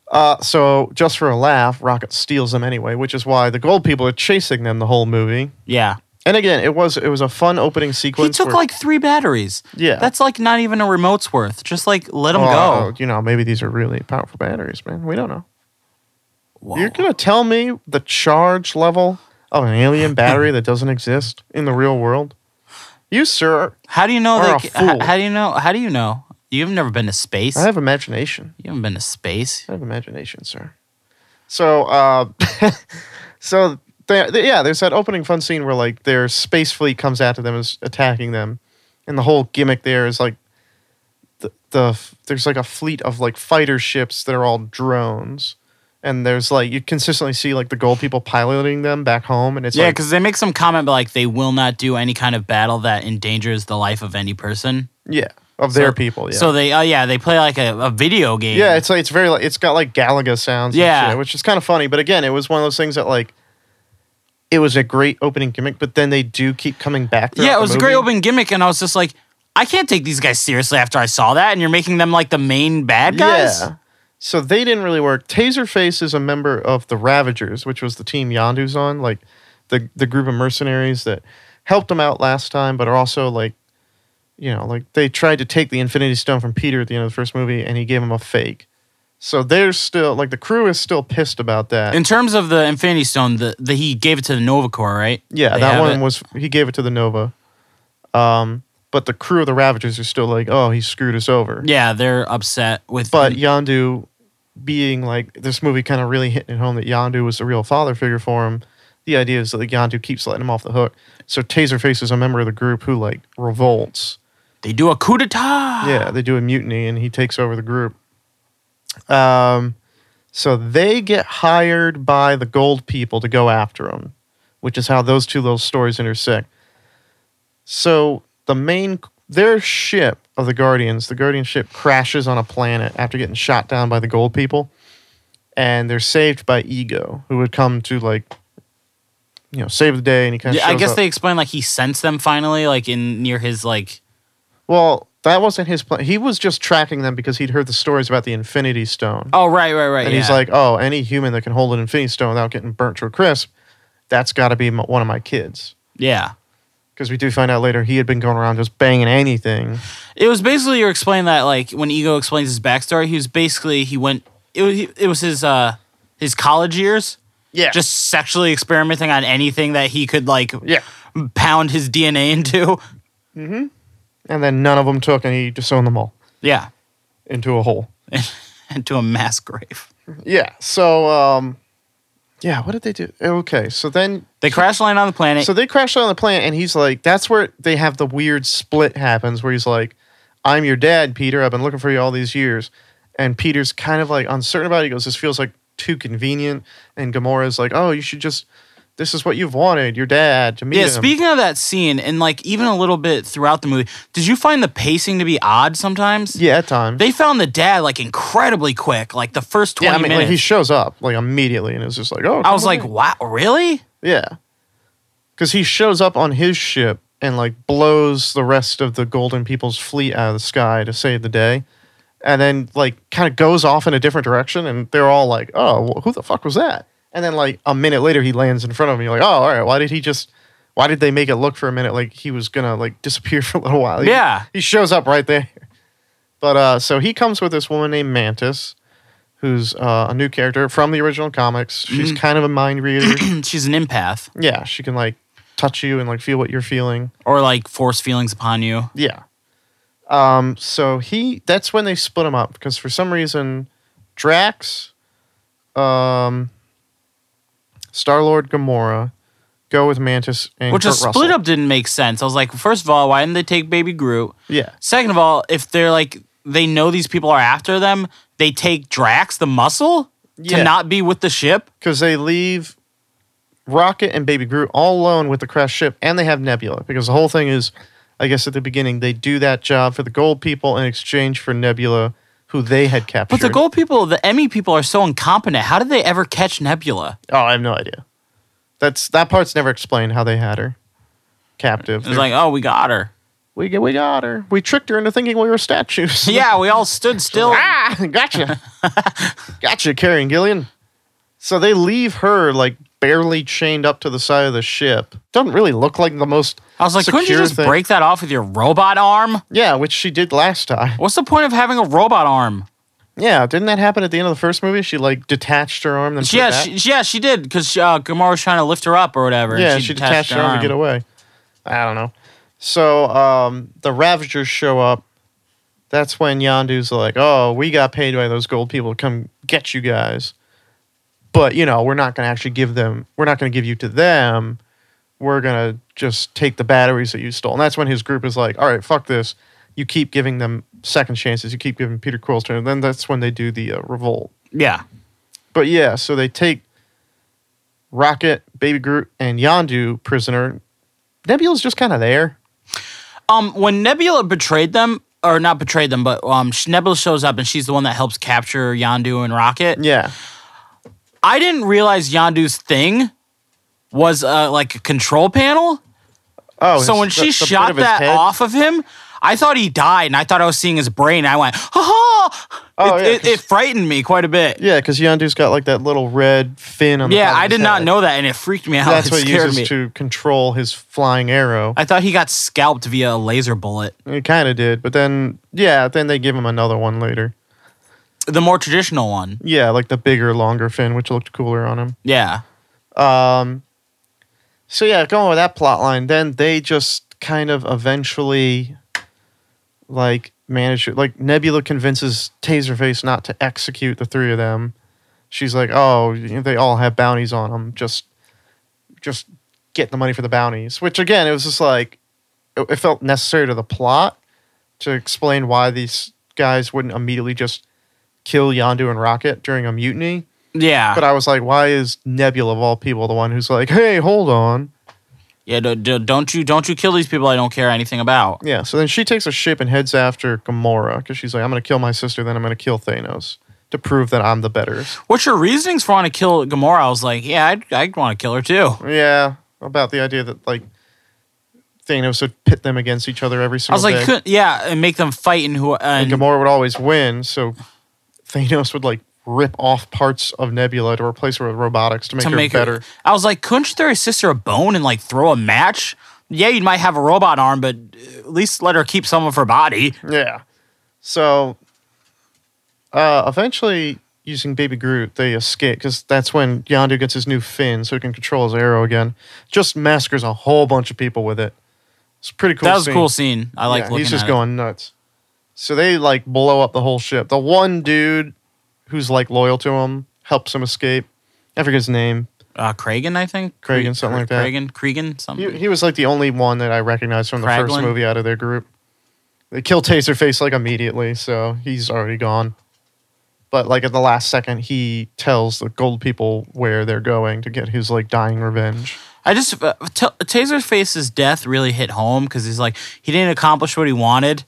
Speaker 1: Uh, so just for a laugh, Rocket steals them anyway, which is why the gold people are chasing them the whole movie.
Speaker 2: Yeah,
Speaker 1: And again, it was it was a fun opening
Speaker 2: he
Speaker 1: sequence.
Speaker 2: took
Speaker 1: where-
Speaker 2: like three batteries.
Speaker 1: Yeah.
Speaker 2: that's like not even a remote's worth. Just like let him
Speaker 1: Oh,
Speaker 2: go.
Speaker 1: you know, maybe these are really powerful batteries, man. We don't know.
Speaker 2: Whoa.
Speaker 1: You're gonna tell me the charge level of an alien battery that doesn't exist in the real world? You sir,
Speaker 2: How do you know?
Speaker 1: Or
Speaker 2: They,
Speaker 1: a
Speaker 2: c-
Speaker 1: fool.
Speaker 2: how, how do you know? How do you know? You've never been to space.
Speaker 1: I have imagination.
Speaker 2: You haven't been to space.
Speaker 1: I have imagination, sir. So, uh, so they, they- yeah, there's that opening fun scene where like their space fleet comes after them, and is attacking them, and the whole gimmick there is like the, the there's like a fleet of like fighter ships that are all drones. And there's like you consistently see like the gold people piloting them back home, and it's
Speaker 2: yeah,
Speaker 1: like,
Speaker 2: because they make some comment like they will not do any kind of battle that endangers the life of any person.
Speaker 1: Yeah, of their
Speaker 2: So-
Speaker 1: people. Yeah.
Speaker 2: So they, oh yeah, they play like a, a video game.
Speaker 1: yeah, it's like it's very like it's got like Galaga sounds.
Speaker 2: Yeah.
Speaker 1: Yeah, shit, which is kind of funny. But again, it was one of those things that like it was a great opening gimmick, but then they do keep coming back.
Speaker 2: yeah,
Speaker 1: throughout
Speaker 2: it was
Speaker 1: the
Speaker 2: a great
Speaker 1: movie.
Speaker 2: open gimmick, and I was just like, I can't take these guys seriously after I saw that, and you're making them like the main bad guys.
Speaker 1: Yeah. So they didn't really work. Taserface is a member of the Ravagers, which was the team Yandu's on, like the the group of mercenaries that helped him out last time, but are also like, you know, like they tried to take the Infinity Stone from Peter at the end of the first movie, and he gave him a fake. So they're still like the crew is still pissed about that.
Speaker 2: In terms of the Infinity Stone, the, the he gave it to the Nova Corps, right?
Speaker 1: Yeah,
Speaker 2: They
Speaker 1: that
Speaker 2: have
Speaker 1: one
Speaker 2: it.
Speaker 1: was he gave it to the Nova. Um, but the crew of the Ravagers are still like, oh, he screwed us over.
Speaker 2: Yeah, they're upset with.
Speaker 1: But Yandu being like this movie kind of really hitting it home that Yandu was the real father figure for him. the idea is that like, Yondu keeps letting him off the hook. So Taserface is a member of the group who like revolts.
Speaker 2: They do a coup d'etat.
Speaker 1: Yeah, they do a mutiny and he takes over the group. Um, so they get hired by the gold people to go after him, which is how those two little stories intersect. So the main their ship of the Guardians, the Guardian ship crashes on a planet after getting shot down by the gold people, and they're saved by Ego, who would come to like you know save the day, and he kind of
Speaker 2: Yeah, I guess they explain like he sensed them finally, like in near his like.
Speaker 1: well. That wasn't his plan. He was just tracking them because he'd heard the stories about the Infinity Stone.
Speaker 2: Oh right, right, right.
Speaker 1: and he's
Speaker 2: yeah.
Speaker 1: like, "Oh, any human that can hold an Infinity Stone without getting burnt to a crisp, that's got to be m one of my kids."
Speaker 2: yeah.
Speaker 1: Because we do find out later he had been going around just banging anything.
Speaker 2: It was basically you're explaining that like when Ego explains his backstory, he was basically he went it was it was his uh his college years
Speaker 1: Yeah,
Speaker 2: just sexually experimenting on anything that he could like
Speaker 1: yeah.
Speaker 2: pound his DNA into.
Speaker 1: And then none of them took, and he disowned them all
Speaker 2: Yeah,
Speaker 1: into a hole.
Speaker 2: into a mass grave.
Speaker 1: Yeah. So, um, yeah. What did they do? Okay. So then,
Speaker 2: They crash land on the planet.
Speaker 1: so they crash land on the planet, and he's like, "That's where they have the weird split happens, where he's like." I'm your dad, Peter. I've been looking for you all these years. And Peter's kind of like uncertain about it. He goes, This feels like too convenient. And Gamora's like, Oh, you should just, this is what you've wanted, your dad to meet
Speaker 2: yeah,
Speaker 1: him.
Speaker 2: speaking of that scene and like even a little bit throughout the movie, did you find the pacing to be odd sometimes?
Speaker 1: yeah, at times.
Speaker 2: They found the dad like incredibly quick, like the first 20
Speaker 1: yeah, I mean, like,
Speaker 2: minutes.
Speaker 1: he shows up like immediately and it's just like, Oh,
Speaker 2: I was
Speaker 1: come
Speaker 2: like,
Speaker 1: on in."
Speaker 2: wow, really?
Speaker 1: Yeah. Because he shows up on his ship and like blows the rest of the Golden People's fleet out of the sky to save the day. And then like kind of goes off in a different direction. And they're all like, oh, wh- who the fuck was that? And then like a minute later, he lands in front of me. Like, oh, all right. Why did he just, why did they make it look for a minute like he was going to like disappear for a little while? He-
Speaker 2: Yeah.
Speaker 1: He shows up right there. But uh, so he comes with this woman named Mantis, who's uh, a new character from the original comics. She's kind of a mind reader.
Speaker 2: She's an empath
Speaker 1: Yeah, she can like touch you and like feel what you're feeling.
Speaker 2: or like force feelings upon you.
Speaker 1: Yeah. Um, so he that's when they split him up because for some reason Drax, um Star Lord Gamora go with Mantis and
Speaker 2: Which a
Speaker 1: Kurt
Speaker 2: split
Speaker 1: Russell.
Speaker 2: up didn't make sense. I was like, first of all, why didn't they take baby Groot?
Speaker 1: Yeah.
Speaker 2: Second of all, if they're like they know these people are after them, they take Drax the muscle
Speaker 1: Yeah.
Speaker 2: to not be with the ship.
Speaker 1: Because they leave Rocket and Baby Groot all alone with the crashed ship and they have Nebula because the whole thing is I guess at the beginning they do that job for the gold people in exchange for Nebula who they had captured.
Speaker 2: But the gold people, the Emmy people are so incompetent. How did they ever catch Nebula?
Speaker 1: Oh, I have no idea. That's that part's never explained how they had her captive.
Speaker 2: It's like, oh, we got her.
Speaker 1: we we got her. We tricked her into thinking we were statues.
Speaker 2: Yeah, we all stood still.
Speaker 1: ah, gotcha, gotcha, Carrie and Gillian. So they leave her like barely chained up to the side of the ship. Doesn't really look like the most.
Speaker 2: I was like, couldn't you
Speaker 1: secure
Speaker 2: just
Speaker 1: thing.
Speaker 2: break that off with your robot arm?
Speaker 1: Yeah, which she did last time.
Speaker 2: What's the point of having a robot arm?
Speaker 1: Yeah, didn't that happen at the end of the first movie? She like detached her arm. Then put
Speaker 2: yeah,
Speaker 1: it back?
Speaker 2: she, yeah, she did because uh, Gamora was trying to lift her up or whatever. and
Speaker 1: Yeah, she, detached her arm to get away. I don't know. So um, the Ravagers show up. That's when Yandu's like, "Oh, we got paid by those gold people to come get you guys, but you know we're not going to actually give them. We're not going to give you to them. We're going to just take the batteries that you stole." And that's when his group is like, "All right, fuck this. You keep giving them second chances. You keep giving Peter Quill's turn." And then that's when they do the uh, revolt.
Speaker 2: Yeah,
Speaker 1: But yeah, so they take Rocket, Baby Groot, and Yondu prisoner. Nebula's just kind of there.
Speaker 2: um, when Nebula betrayed them, or not betrayed them, but um, sh- Nebula shows up and she's the one that helps capture Yandu and Rocket.
Speaker 1: Yeah.
Speaker 2: I didn't realize Yandu's thing was uh, like a control panel.
Speaker 1: Oh,
Speaker 2: so
Speaker 1: his-
Speaker 2: when
Speaker 1: the-
Speaker 2: she
Speaker 1: the bit
Speaker 2: shot
Speaker 1: of his
Speaker 2: that
Speaker 1: head.
Speaker 2: off of him, I thought he died, and I thought I was seeing his brain. I went, ha ha!
Speaker 1: Oh,
Speaker 2: it,
Speaker 1: yeah,
Speaker 2: it, it
Speaker 1: 'cause-
Speaker 2: frightened me quite a bit.
Speaker 1: yeah, because Yondu's got like that little red fin on. the
Speaker 2: Yeah,
Speaker 1: top of
Speaker 2: I
Speaker 1: his
Speaker 2: did not
Speaker 1: head.
Speaker 2: know that, and it freaked me out.
Speaker 1: That's
Speaker 2: it
Speaker 1: what he
Speaker 2: scared
Speaker 1: uses
Speaker 2: me.
Speaker 1: to control his flying arrow.
Speaker 2: I thought he got scalped via a laser bullet.
Speaker 1: It kind of did, but then yeah, then they give him another one later.
Speaker 2: The more traditional one.
Speaker 1: Yeah, like the bigger, longer fin, which looked cooler on him.
Speaker 2: Yeah.
Speaker 1: Um, so yeah, going with that plot line, then they just kind of eventually like manage like Nebula convinces Taserface not to execute the three of them. She's like, "Oh, you know, they all have bounties on them. Just just get the money for the bounties, which again, it was just like it, it felt necessary to the plot to explain why these guys wouldn't immediately just kill Yondu and Rocket during a mutiny.
Speaker 2: yeah,
Speaker 1: But I was like, why is Nebula of all people the one who's like, hey, hold on?
Speaker 2: yeah. Do, do, don't you don't you kill these people? I don't care anything about.
Speaker 1: Yeah. So then she takes a ship and heads after Gamora because she's like, I'm going to kill my sister, then I'm going to kill Thanos to prove that I'm the better.
Speaker 2: What's your reasonings for wanting to kill Gamora? I was like, yeah, I'd, I'd want to kill her too.
Speaker 1: Yeah. About the idea that, like, Thanos would pit them against each other every
Speaker 2: I
Speaker 1: single
Speaker 2: was like,
Speaker 1: day.
Speaker 2: could, yeah, and make them fight and who
Speaker 1: and
Speaker 2: and
Speaker 1: Gamora would always win. So Thanos would, like, rip off parts of Nebula to replace her with robotics to make
Speaker 2: to
Speaker 1: her
Speaker 2: make
Speaker 1: better.
Speaker 2: her. I was like, couldn't you throw your sister a bone and like throw a match? Yeah, you might have a robot arm, but at least let her keep some of her body.
Speaker 1: Yeah. So uh, eventually, using Baby Groot, they escape because that's when Yondu gets his new fin so he can control his arrow again. Just massacres a whole bunch of people with it. It's a pretty cool.
Speaker 2: that was
Speaker 1: scene.
Speaker 2: a cool scene. I like
Speaker 1: Yeah,
Speaker 2: looking
Speaker 1: He's just
Speaker 2: at it.
Speaker 1: going nuts. So they like blow up the whole ship. The one dude who's like loyal to him helps him escape. I forget his name.
Speaker 2: Uh, Kragan, I think.
Speaker 1: Kragan,
Speaker 2: Kre-
Speaker 1: something like
Speaker 2: Kre-
Speaker 1: that.
Speaker 2: Kragan, Cregan, something.
Speaker 1: He, he was like the only one that I recognized from the first
Speaker 2: Kraglin?
Speaker 1: movie out of their group. They kill Taserface like immediately, so he's already gone. But like at the last second, he tells the gold people where they're going to get his like dying revenge.
Speaker 2: I just uh, t- Taserface's death really hit home because he's like he didn't accomplish what he wanted.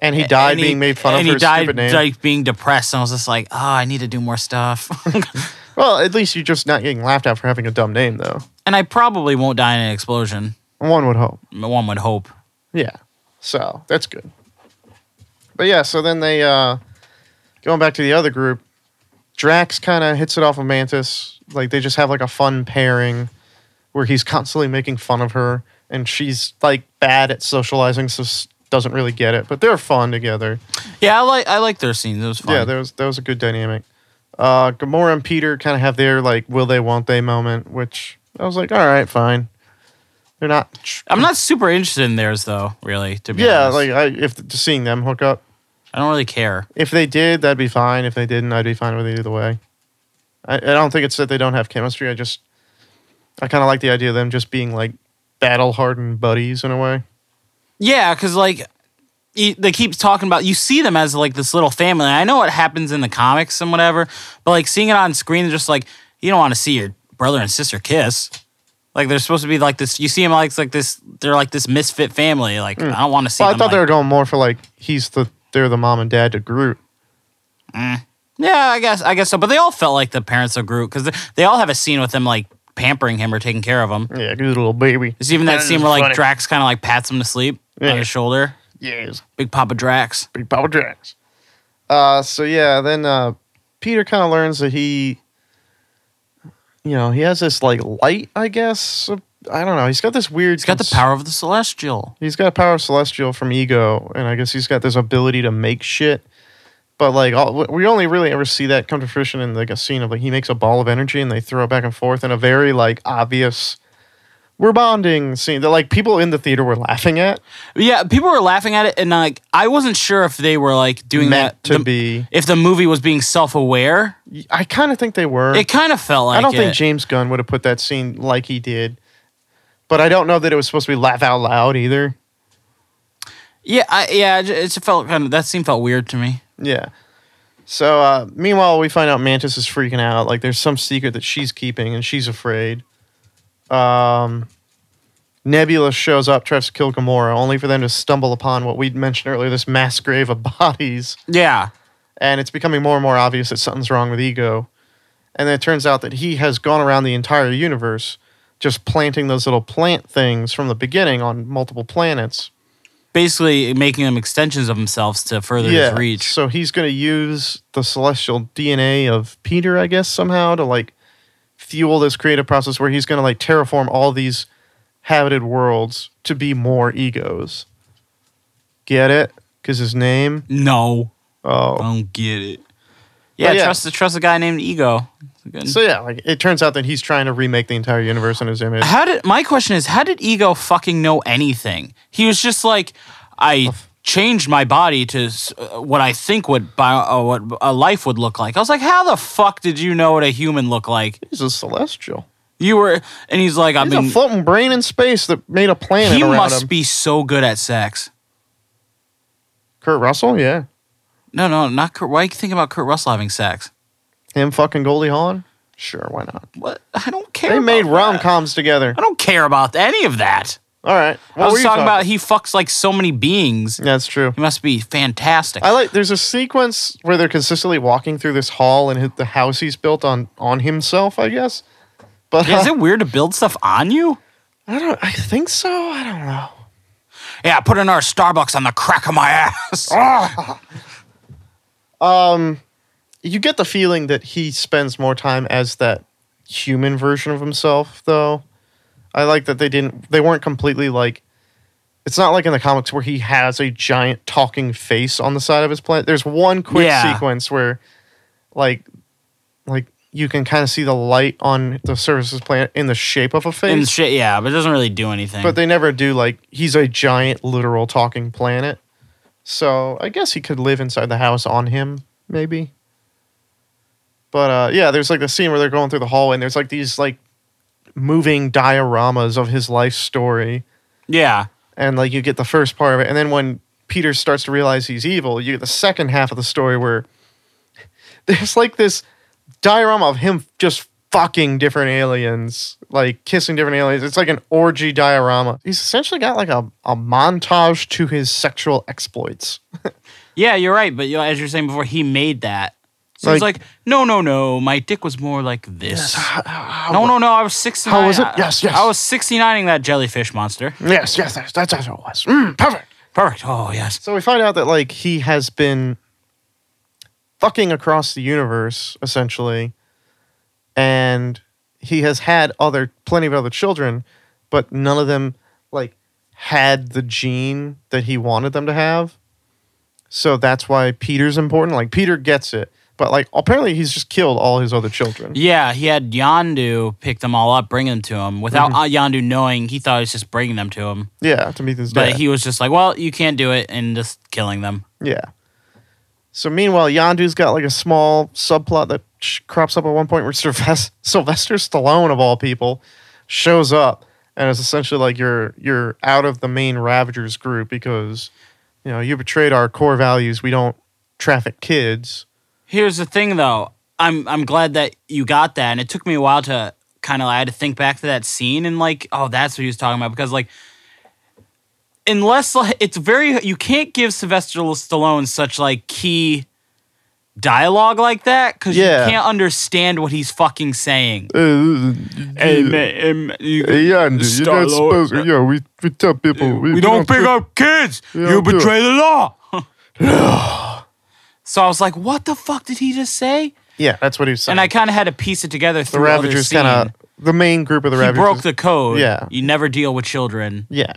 Speaker 1: And he died
Speaker 2: and
Speaker 1: being made fun of
Speaker 2: and
Speaker 1: for
Speaker 2: he
Speaker 1: his
Speaker 2: died
Speaker 1: stupid name.
Speaker 2: like being depressed. And I was just like, oh, I need to do more stuff.
Speaker 1: Well, at least you're just not getting laughed at for having a dumb name, though.
Speaker 2: and I probably won't die in an explosion.
Speaker 1: One would hope.
Speaker 2: One would hope.
Speaker 1: Yeah. So that's good. But yeah, so then they uh going back to the other group, Drax kinda hits it off with Mantis. Like they just have like a fun pairing where he's constantly making fun of her and she's like bad at socializing, so s- doesn't really get it. But they're fun together.
Speaker 2: Yeah, I like I like their scenes. It was fun.
Speaker 1: Yeah, there was that was a good dynamic. Uh Gamora and Peter kind of have their like will they won't they moment, which I was like, all right, fine. They're not
Speaker 2: I'm not super interested in theirs though, really. To be
Speaker 1: yeah,
Speaker 2: honest.
Speaker 1: like I, if just seeing them hook up
Speaker 2: I don't really care.
Speaker 1: If they did, that'd be fine. If they didn't, I'd be fine with it either way. I, I don't think it's that they don't have chemistry. I just, I kind of like the idea of them just being like battle hardened buddies in a way.
Speaker 2: Yeah, because like e- they keep talking about you see them as like this little family. I know what happens in the comics and whatever, but like seeing it on screen, just like you don't want to see your brother and sister kiss. Like they're supposed to be like this. You see them like it's like this. They're like this misfit family. Like I don't want to
Speaker 1: Hmm.
Speaker 2: see.
Speaker 1: Well, I
Speaker 2: them,
Speaker 1: thought they were
Speaker 2: like-
Speaker 1: going more for like he's the they're the mom and dad to Groot.
Speaker 2: Yeah, I guess I guess so. But they all felt like the parents of Groot because they, they all have a scene with him like pampering him or taking care of him.
Speaker 1: Yeah, good little baby.
Speaker 2: There's even that
Speaker 1: That
Speaker 2: scene
Speaker 1: is
Speaker 2: where like
Speaker 1: funny.
Speaker 2: Drax kind of like pats him to sleep
Speaker 1: Yeah.
Speaker 2: on his shoulder.
Speaker 1: Yes,
Speaker 2: Big Papa Drax.
Speaker 1: Big Papa Drax. Uh, so yeah, then uh, Peter kind of learns that he, you know, he has this like light. I guess I don't know. He's got this weird.
Speaker 2: He's got the power of the celestial.
Speaker 1: He's got power of celestial from ego, and I guess he's got this ability to make shit. But like, all, we only really ever see that come to fruition in like a scene of like he makes a ball of energy and they throw it back and forth in a very like obvious we're bonding scene that like people in the theater were laughing at
Speaker 2: Yeah, people were laughing at it, and like I wasn't sure if they were like doing
Speaker 1: meant
Speaker 2: that
Speaker 1: to
Speaker 2: the-
Speaker 1: be.
Speaker 2: If the movie was being self-aware,
Speaker 1: I kind of think they were.
Speaker 2: it kind of felt like
Speaker 1: I don't
Speaker 2: it.
Speaker 1: think James Gunn would have put that scene like he did, but I don't know that it was supposed to be laugh out loud either.
Speaker 2: yeah, I, yeah, it just felt kind of that scene felt weird to me.
Speaker 1: Yeah. So uh, meanwhile, we find out Mantis is freaking out. Like there's some secret that she's keeping, and she's afraid. Um, Nebula shows up, tries to kill Gamora, only for them to stumble upon what we'd mentioned earlier, this mass grave of bodies.
Speaker 2: Yeah,
Speaker 1: And it's becoming more and more obvious that something's wrong with Ego. And then it turns out that he has gone around the entire universe, just planting those little plant things from the beginning on multiple planets.
Speaker 2: basically making them extensions of themselves to further his reach.
Speaker 1: So he's going to use the celestial DNA of Peter, I guess, somehow to like fuel this creative process where he's going to like terraform all these habited worlds to be more egos. Get it? Because his name?
Speaker 2: No,
Speaker 1: Oh.
Speaker 2: I don't get it. Yeah,
Speaker 1: yeah.
Speaker 2: trust trust a guy named Ego. It's a good-
Speaker 1: So yeah, like it turns out that he's trying to remake the entire universe in his image.
Speaker 2: How did my question is how did ego fucking know anything? He was just like, I changed my body to s- uh, what I think would bio, uh, what a life would look like. I was like, how the fuck did you know what a human looked like?
Speaker 1: He's a celestial.
Speaker 2: You were, and he's like, I've
Speaker 1: He's
Speaker 2: been.
Speaker 1: a floating brain in space that made a planet
Speaker 2: he
Speaker 1: around
Speaker 2: must
Speaker 1: him.
Speaker 2: be so good at sex.
Speaker 1: Kurt Russell, yeah,
Speaker 2: No, no, not Kurt. Why are you thinking about Kurt Russell having sex?
Speaker 1: him fucking Goldie Hawn. Sure, why not?
Speaker 2: What? I don't care.
Speaker 1: They
Speaker 2: about
Speaker 1: made
Speaker 2: that.
Speaker 1: rom coms together.
Speaker 2: I don't care about any of that.
Speaker 1: All right, what
Speaker 2: I
Speaker 1: were
Speaker 2: was
Speaker 1: you
Speaker 2: talking about he fucks like so many beings.
Speaker 1: That's true.
Speaker 2: He must be fantastic.
Speaker 1: I like. There's a sequence where they're consistently walking through this hall and hit the house he's built on on himself, I guess. But
Speaker 2: Is
Speaker 1: uh,
Speaker 2: it weird to build stuff on you?
Speaker 1: I don't. I think so. I don't know.
Speaker 2: Yeah, put in our Starbucks on the crack of my ass.
Speaker 1: Oh, You get the feeling that he spends more time as that human version of himself, though. I like that they didn't. They weren't completely like. It's not like in the comics where he has a giant talking face on the side of his planet. There's one quick
Speaker 2: Yeah.
Speaker 1: sequence where, like, like you can kind of see the light on the surface of his planet in the shape of a face.
Speaker 2: and shit, yeah, but it doesn't really do anything.
Speaker 1: But they never do like he's a giant literal talking planet. So I guess he could live inside the house on him, maybe. But uh yeah, there's like the scene where they're going through the hallway and there's like these like moving dioramas of his life story
Speaker 2: yeah,
Speaker 1: and like you get the first part of it and then when Peter starts to realize he's evil, you get the second half of the story where there's like this diorama of him just fucking different aliens, like kissing different aliens. It's like an orgy diorama. He's essentially got like a, a montage to his sexual exploits.
Speaker 2: yeah, you're right. But you know, as you're saying before, he made that. So he's
Speaker 1: Like-
Speaker 2: like, no, no, no, my dick was more like this. no,
Speaker 1: no,
Speaker 2: no, no, I was 69.
Speaker 1: How was it?
Speaker 2: I-
Speaker 1: Yes, yes.
Speaker 2: I was 69ing that jellyfish monster.
Speaker 1: Yes, yes, yes, that's how it was. Mm, perfect.
Speaker 2: Perfect. Oh, yes.
Speaker 1: So we find out that like he has been fucking across the universe essentially, and he has had other plenty of other children, but none of them like had the gene that he wanted them to have. So that's why Peter's important. Like Peter gets it, but like apparently he's just killed all his other children.
Speaker 2: Yeah, he had Yandu pick them all up, bring them to him. Without
Speaker 1: Mm-hmm.
Speaker 2: uh Yandu knowing, he thought he was just bringing them to him.
Speaker 1: Yeah, to meet his
Speaker 2: But
Speaker 1: dad.
Speaker 2: he was just like, well, you can't do it, and just killing them.
Speaker 1: Yeah. So meanwhile, Yandu's got like a small subplot that sh- crops up at one point where Sylvester, Sylvester Stallone of all people shows up and is essentially like you're you're out of the main Ravagers group because you know you betrayed our core values. We don't traffic kids.
Speaker 2: Here's the thing, though. I'm I'm glad that you got that, and it took me a while to kind of. I had to think back to that scene and like, oh, that's what he was talking about because like, unless like, it's very, you can't give Sylvester Stallone such like key dialogue like that because
Speaker 1: Yeah.
Speaker 2: you can't understand what he's fucking saying.
Speaker 1: Yandu,
Speaker 2: you're not Stallone. supposed-
Speaker 1: Yeah, we we tell people
Speaker 2: we don't pick up kids.
Speaker 1: we
Speaker 2: You
Speaker 1: don't do
Speaker 2: betray the law. so I was like, what the fuck did he just say?
Speaker 1: Yeah, that's what he was saying.
Speaker 2: And I kind of had to piece it together
Speaker 1: the
Speaker 2: through
Speaker 1: Ravagers
Speaker 2: other
Speaker 1: kind of the main group of the
Speaker 2: He
Speaker 1: Ravagers
Speaker 2: broke the code.
Speaker 1: Yeah.
Speaker 2: You never deal with children.
Speaker 1: Yeah.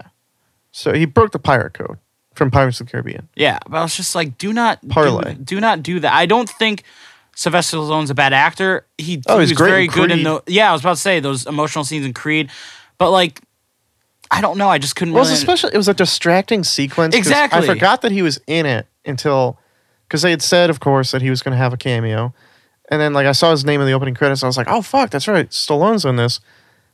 Speaker 1: So he broke the pirate code from Pirates of the Caribbean.
Speaker 2: Yeah. But I was just like, do not do-
Speaker 1: Parlay.
Speaker 2: Do, not do that. I don't think Sylvester Stallone's a bad actor. He,
Speaker 1: Oh,
Speaker 2: he
Speaker 1: he's
Speaker 2: was
Speaker 1: great
Speaker 2: very
Speaker 1: in
Speaker 2: good in
Speaker 1: Creed.
Speaker 2: the yeah. I was about to say those emotional scenes in Creed, but like, I don't know. I just couldn't.
Speaker 1: Well, it
Speaker 2: really,
Speaker 1: was especially it was a distracting sequence. 'cause I
Speaker 2: Exactly.
Speaker 1: forgot that he was in it until because they had said, of course, that he was going to have a cameo, and then like I saw his name in the opening credits, and I was like, oh fuck, that's right, Stallone's in this.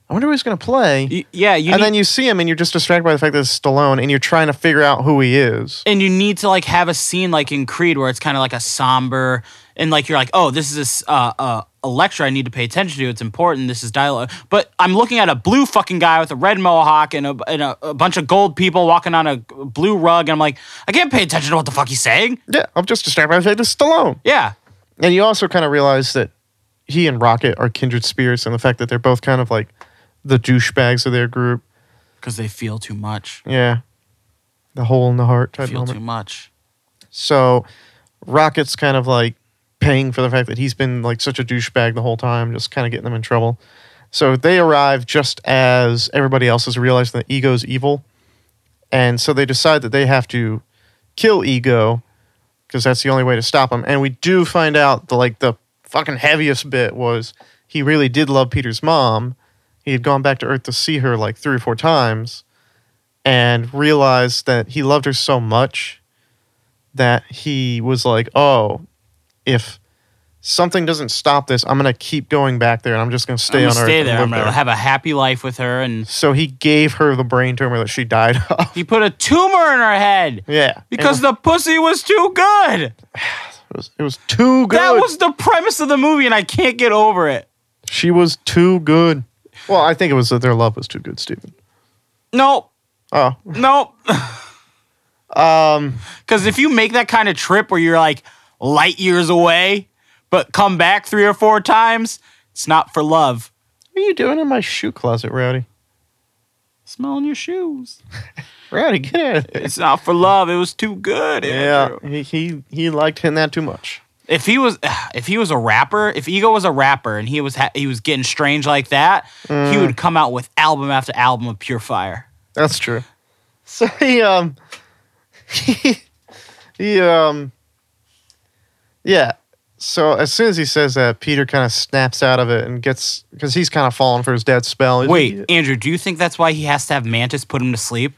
Speaker 1: I wonder who he's going to play.
Speaker 2: Y- yeah. You
Speaker 1: and
Speaker 2: need-
Speaker 1: then you see him, and you're just distracted by the fact that it's Stallone, and you're trying to figure out who he is.
Speaker 2: and you need to like have a scene like in Creed where it's kind of like a somber and like you're like, oh, this is this uh, uh, a lecture I need to pay attention to. It's important. This is dialogue. But I'm looking at a blue fucking guy with a red mohawk and a and a, a bunch of gold people walking on a blue rug, and I'm like, I can't pay attention to what the fuck he's saying.
Speaker 1: Yeah, I'm just distracted by the fact that it's Stallone.
Speaker 2: Yeah,
Speaker 1: And you also kind of realize that he and Rocket are kindred spirits, and the fact that they're both kind of like the douchebags of their group.
Speaker 2: because they feel too much.
Speaker 1: Yeah, the hole in the heart type
Speaker 2: Feel
Speaker 1: moment.
Speaker 2: too much.
Speaker 1: So Rocket's kind of like paying for the fact that he's been like such a douchebag the whole time, just kind of getting them in trouble. So they arrive just as everybody else is realizing that Ego's evil. And so they decide that they have to kill Ego because that's the only way to stop him. And we do find out the like the fucking heaviest bit was he really did love Peter's mom. He had gone back to Earth to see her like three or four times and realized that he loved her so much that he was like, oh, if something doesn't stop this. I'm gonna keep going back there, and I'm just gonna stay
Speaker 2: I'm
Speaker 1: on
Speaker 2: gonna
Speaker 1: Earth.
Speaker 2: stay
Speaker 1: and
Speaker 2: there.
Speaker 1: live
Speaker 2: I'm gonna
Speaker 1: there."
Speaker 2: have a happy life with her, and
Speaker 1: so he gave her the brain tumor that she died of.
Speaker 2: he put a tumor in her head
Speaker 1: yeah,
Speaker 2: because
Speaker 1: it
Speaker 2: the pussy was too good.
Speaker 1: was, it was too good.
Speaker 2: That was the premise of the movie, and I can't get over it.
Speaker 1: she was too good. Well, I think it was that their love was too good, Stephen.
Speaker 2: Nope,
Speaker 1: Oh,
Speaker 2: nope.
Speaker 1: um,
Speaker 2: Because if you make that kind of trip where you're like light years away, but come back three or four times, it's not for love.
Speaker 1: what are you doing in my shoe closet, Rowdy?
Speaker 2: Smelling your shoes.
Speaker 1: Rowdy, get out of there.
Speaker 2: It's not for love. It was too good.
Speaker 1: Yeah,
Speaker 2: Andrew.
Speaker 1: he, he he liked hitting that too much.
Speaker 2: If he was, if he was a rapper, if Ego was a rapper and he was ha- he was getting strange like that, he
Speaker 1: Mm.
Speaker 2: would come out with album after album of pure fire.
Speaker 1: That's true. So he um he, he um yeah. So as soon as he says that, Peter kind of snaps out of it and gets because he's kind of falling for his dad's spell. He's
Speaker 2: Wait,
Speaker 1: like,
Speaker 2: Andrew, do you think that's why he has to have Mantis put him to sleep?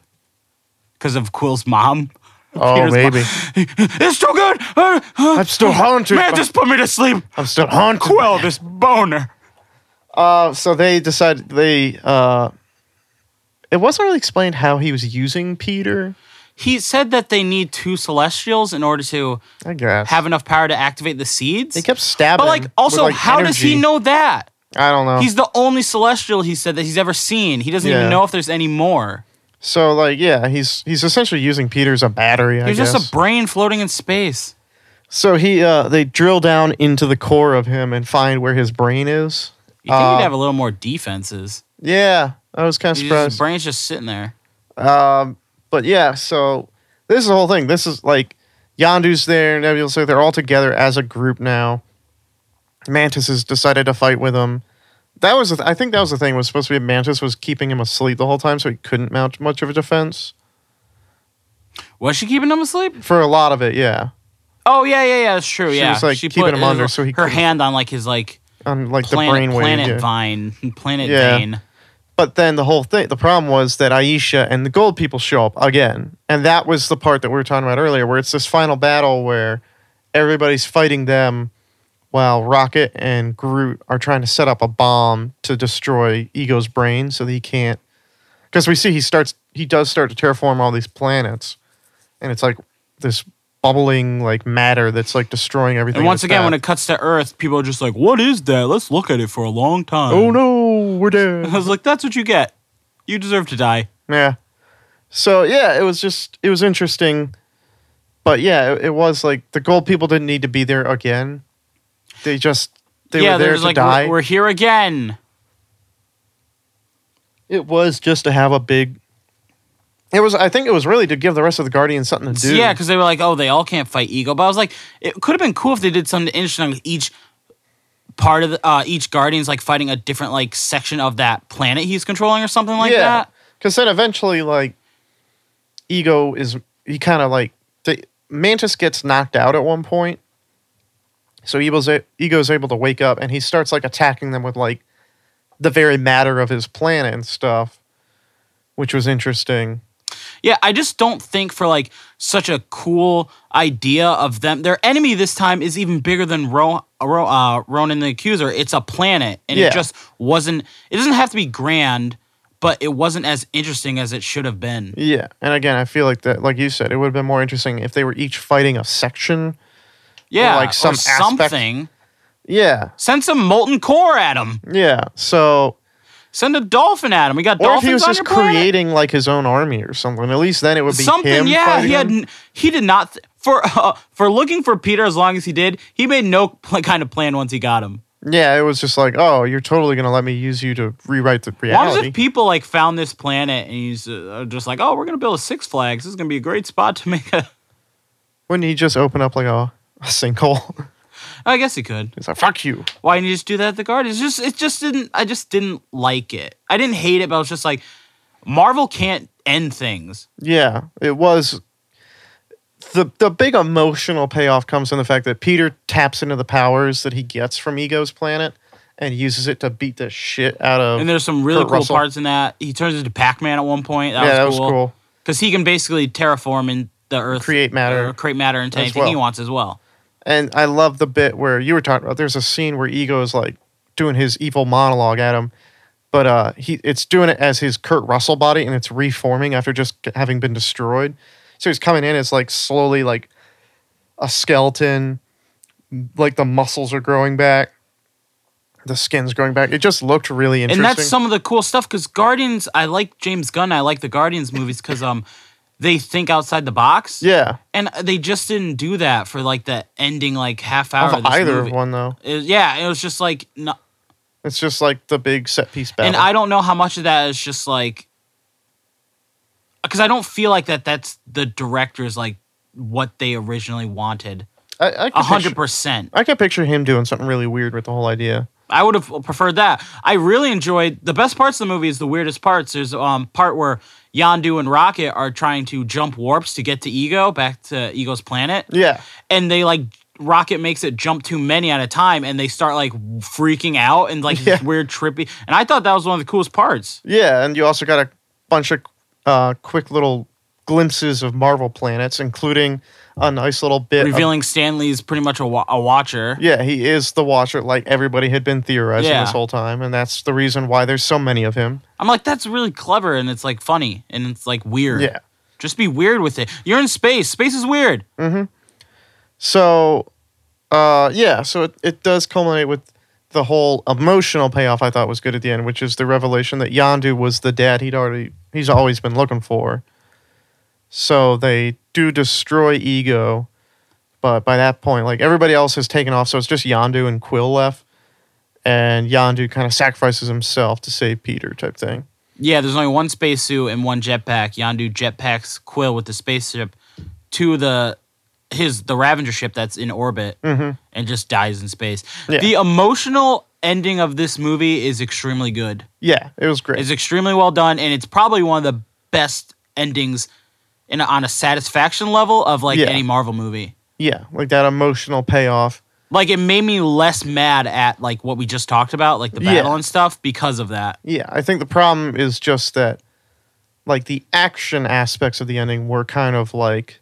Speaker 2: Because of Quill's mom?
Speaker 1: oh
Speaker 2: Peter's
Speaker 1: maybe
Speaker 2: It's too good! Uh, uh,
Speaker 1: I'm still haunted. by-
Speaker 2: Mantis put me to sleep!
Speaker 1: I'm still haunted. by-
Speaker 2: Quill, this boner!
Speaker 1: Uh, so they decide they uh, it wasn't really explained how he was using Peter.
Speaker 2: He said that they need two Celestials in order to
Speaker 1: I guess
Speaker 2: have enough power to activate the seeds.
Speaker 1: they kept stabbing.
Speaker 2: but, like,
Speaker 1: him with,
Speaker 2: also,
Speaker 1: like,
Speaker 2: how does he
Speaker 1: energy.
Speaker 2: know that?
Speaker 1: I don't know.
Speaker 2: He's the only Celestial, he said, that he's ever seen. He doesn't
Speaker 1: Yeah.
Speaker 2: even know if there's any more.
Speaker 1: so like yeah, he's he's essentially using Peter as a battery. I
Speaker 2: He's
Speaker 1: guess.
Speaker 2: just a brain floating in space.
Speaker 1: So he, uh, they drill down into the core of him and find where his brain is.
Speaker 2: You think
Speaker 1: Uh,
Speaker 2: he'd have a little more defenses.
Speaker 1: Yeah, I was kind of
Speaker 2: He's just- His
Speaker 1: surprised.
Speaker 2: brain's just sitting there.
Speaker 1: Um, but yeah, so this is the whole thing. This is like Yandu's there, Nebula's there. They're all together as a group now. Mantis has decided to fight with him. That was, the th- I think, that was the thing. Was supposed to be Mantis was keeping him asleep the whole time, so he couldn't mount much of a defense
Speaker 2: Was she keeping him asleep?
Speaker 1: for a lot of it. Yeah,
Speaker 2: Oh yeah, yeah, yeah. That's true.
Speaker 1: She
Speaker 2: yeah,
Speaker 1: was, like, keeping him
Speaker 2: his-
Speaker 1: under so he
Speaker 2: her
Speaker 1: couldn't-
Speaker 2: hand on like his like
Speaker 1: on like the brain
Speaker 2: planet, planet
Speaker 1: wave. Yeah.
Speaker 2: vine, planet
Speaker 1: Yeah.
Speaker 2: vein.
Speaker 1: But then the whole thing, the problem was that Aisha and the gold people show up again. And that was the part that we were talking about earlier, where it's this final battle where everybody's fighting them while Rocket and Groot are trying to set up a bomb to destroy Ego's brain so that he can't. Because we see he starts, he does start to terraform all these planets. And it's like this bubbling, like matter that's like destroying everything.
Speaker 2: And
Speaker 1: in
Speaker 2: once
Speaker 1: its
Speaker 2: again, when
Speaker 1: path.
Speaker 2: it cuts to Earth, people are just like, "What is that? Let's look at it for a long time."
Speaker 1: Oh no, we're dead.
Speaker 2: I was like, "That's what you get. You deserve to die."
Speaker 1: Yeah. So yeah, it was just it was interesting, but yeah, it, it was like the gold people didn't need to be there again. They just they
Speaker 2: yeah,
Speaker 1: were there
Speaker 2: there's
Speaker 1: to
Speaker 2: like,
Speaker 1: die.
Speaker 2: We're, we're here again.
Speaker 1: it was just to have a big. It was. I think it was really to give the rest of the Guardians something to
Speaker 2: So,
Speaker 1: do.
Speaker 2: yeah, because they were like, "Oh, they all can't fight Ego," but I was like, it could have been cool if they did something interesting. Like each part of the, uh, each Guardian's like fighting a different like section of that planet he's controlling or something like that.
Speaker 1: Because then eventually, like, ego is he kind of like the Mantis gets knocked out at one point, so ego's a- ego's able to wake up and he starts like attacking them with like the very matter of his planet and stuff, which was interesting.
Speaker 2: Yeah, I just don't think for like such a cool idea of them. Their enemy this time is even bigger than Ro- Ro- uh, Ronan the Accuser. It's a planet, and
Speaker 1: Yeah.
Speaker 2: it just wasn't. It doesn't have to be grand, but it wasn't as interesting as it should have been.
Speaker 1: Yeah, and again, I feel like that, like you said, it would have been more interesting if they were each fighting a section.
Speaker 2: Yeah,
Speaker 1: like,
Speaker 2: or
Speaker 1: some aspect-
Speaker 2: something.
Speaker 1: Yeah,
Speaker 2: Send some molten core at him.
Speaker 1: yeah. So,
Speaker 2: Send a dolphin at him. We got
Speaker 1: or if
Speaker 2: dolphins
Speaker 1: he was
Speaker 2: on
Speaker 1: just
Speaker 2: your planet.
Speaker 1: creating like his own army or something, at least then it would be him
Speaker 2: something. Yeah,
Speaker 1: fighting
Speaker 2: he had.
Speaker 1: them.
Speaker 2: n- He did not th- for uh, for looking for Peter as long as he did. He made no pl- kind of plan once he got him.
Speaker 1: Yeah, it was just like, oh, you're totally gonna let me use you to rewrite the
Speaker 2: What if
Speaker 1: reality.
Speaker 2: people like found this planet and he's uh, just like, oh, we're gonna build a Six Flags. This is gonna be a great spot to make a.
Speaker 1: Wouldn't he just open up like a, a sinkhole?
Speaker 2: I guess he could.
Speaker 1: He's like, fuck you.
Speaker 2: Why didn't you just do that at the garden? It's just, it just didn't. I just didn't like it. I didn't hate it, but I was just like, Marvel can't end things.
Speaker 1: Yeah, it was. The, the big emotional payoff comes in the fact that Peter taps into the powers that he gets from Ego's planet and uses it to beat the shit out of.
Speaker 2: And there's some really
Speaker 1: Kurt
Speaker 2: cool
Speaker 1: Russell.
Speaker 2: parts in that. He turns into Pac Man at one point. That
Speaker 1: yeah, that
Speaker 2: was
Speaker 1: was
Speaker 2: cool.
Speaker 1: cool.
Speaker 2: Because he can basically terraform in the Earth,
Speaker 1: Create matter
Speaker 2: or create matter into
Speaker 1: as
Speaker 2: anything he
Speaker 1: well.
Speaker 2: wants as well.
Speaker 1: And I love the bit where you were talking about. There's a scene where Ego is like doing his evil monologue at him, but uh, he it's doing it as his Kurt Russell body, and it's reforming after just g- having been destroyed. So he's coming in. It's like slowly like a skeleton, like the muscles are growing back, the skin's growing back. It just looked really
Speaker 2: and
Speaker 1: interesting.
Speaker 2: that's some of the cool stuff because Guardians. I like James Gunn. I like the Guardians movies because um, they think outside the box.
Speaker 1: yeah.
Speaker 2: and they just didn't do that for like the ending like half hour.
Speaker 1: Of
Speaker 2: this
Speaker 1: either
Speaker 2: movie.
Speaker 1: one though,
Speaker 2: It- yeah, it was just like, no,
Speaker 1: it's just like the big set piece battle.
Speaker 2: and I don't know how much of that is just like, because I don't feel like that. That's the director's like what they originally wanted.
Speaker 1: I, I
Speaker 2: A
Speaker 1: can
Speaker 2: hundred
Speaker 1: picture-
Speaker 2: percent.
Speaker 1: I can picture him doing something really weird with the whole idea.
Speaker 2: I would have preferred that. I really enjoyed the best parts of the movie is the weirdest parts. There's um part where Yondu and Rocket are trying to jump warps to get to Ego back to Ego's planet.
Speaker 1: Yeah.
Speaker 2: and they like Rocket makes it jump too many at a time, and they start like freaking out and like
Speaker 1: Yeah.
Speaker 2: this weird trippy. And I thought that was one of the coolest parts.
Speaker 1: Yeah, and you also got a bunch of uh, quick little glimpses of Marvel planets, including a nice little bit. of-
Speaker 2: Revealing Stanley's pretty much a, wa- a watcher.
Speaker 1: yeah, he is the Watcher, like everybody had been theorizing
Speaker 2: Yeah.
Speaker 1: this whole time, and that's the reason why there's so many of him.
Speaker 2: I'm like, that's really clever, and it's like funny, and it's like weird.
Speaker 1: Yeah.
Speaker 2: Just be weird with it. You're in space. Space is weird.
Speaker 1: So, uh, yeah, so it, it does culminate with the whole emotional payoff I thought was good at the end, which is the revelation that Yandu was the dad he'd already he's always been looking for. So they do destroy Ego, but by that point, like everybody else has taken off, so it's just Yandu and Quill left, and Yandu kind of sacrifices himself to save Peter, type thing.
Speaker 2: Yeah, there's only one spacesuit and one jetpack. Yandu jetpacks Quill with the spaceship to the his the Ravenger ship that's in orbit and just dies in space.
Speaker 1: Mm-hmm. Yeah.
Speaker 2: The emotional ending of this movie is extremely good.
Speaker 1: Yeah, it was great.
Speaker 2: It's extremely well done, and it's probably one of the best endings in on a satisfaction level of like
Speaker 1: Yeah.
Speaker 2: any Marvel movie.
Speaker 1: yeah, like that emotional payoff.
Speaker 2: Like it made me less mad at like what we just talked about, like the
Speaker 1: Yeah.
Speaker 2: battle and stuff, because of that.
Speaker 1: Yeah, I think the problem is just that, like, the action aspects of the ending were kind of like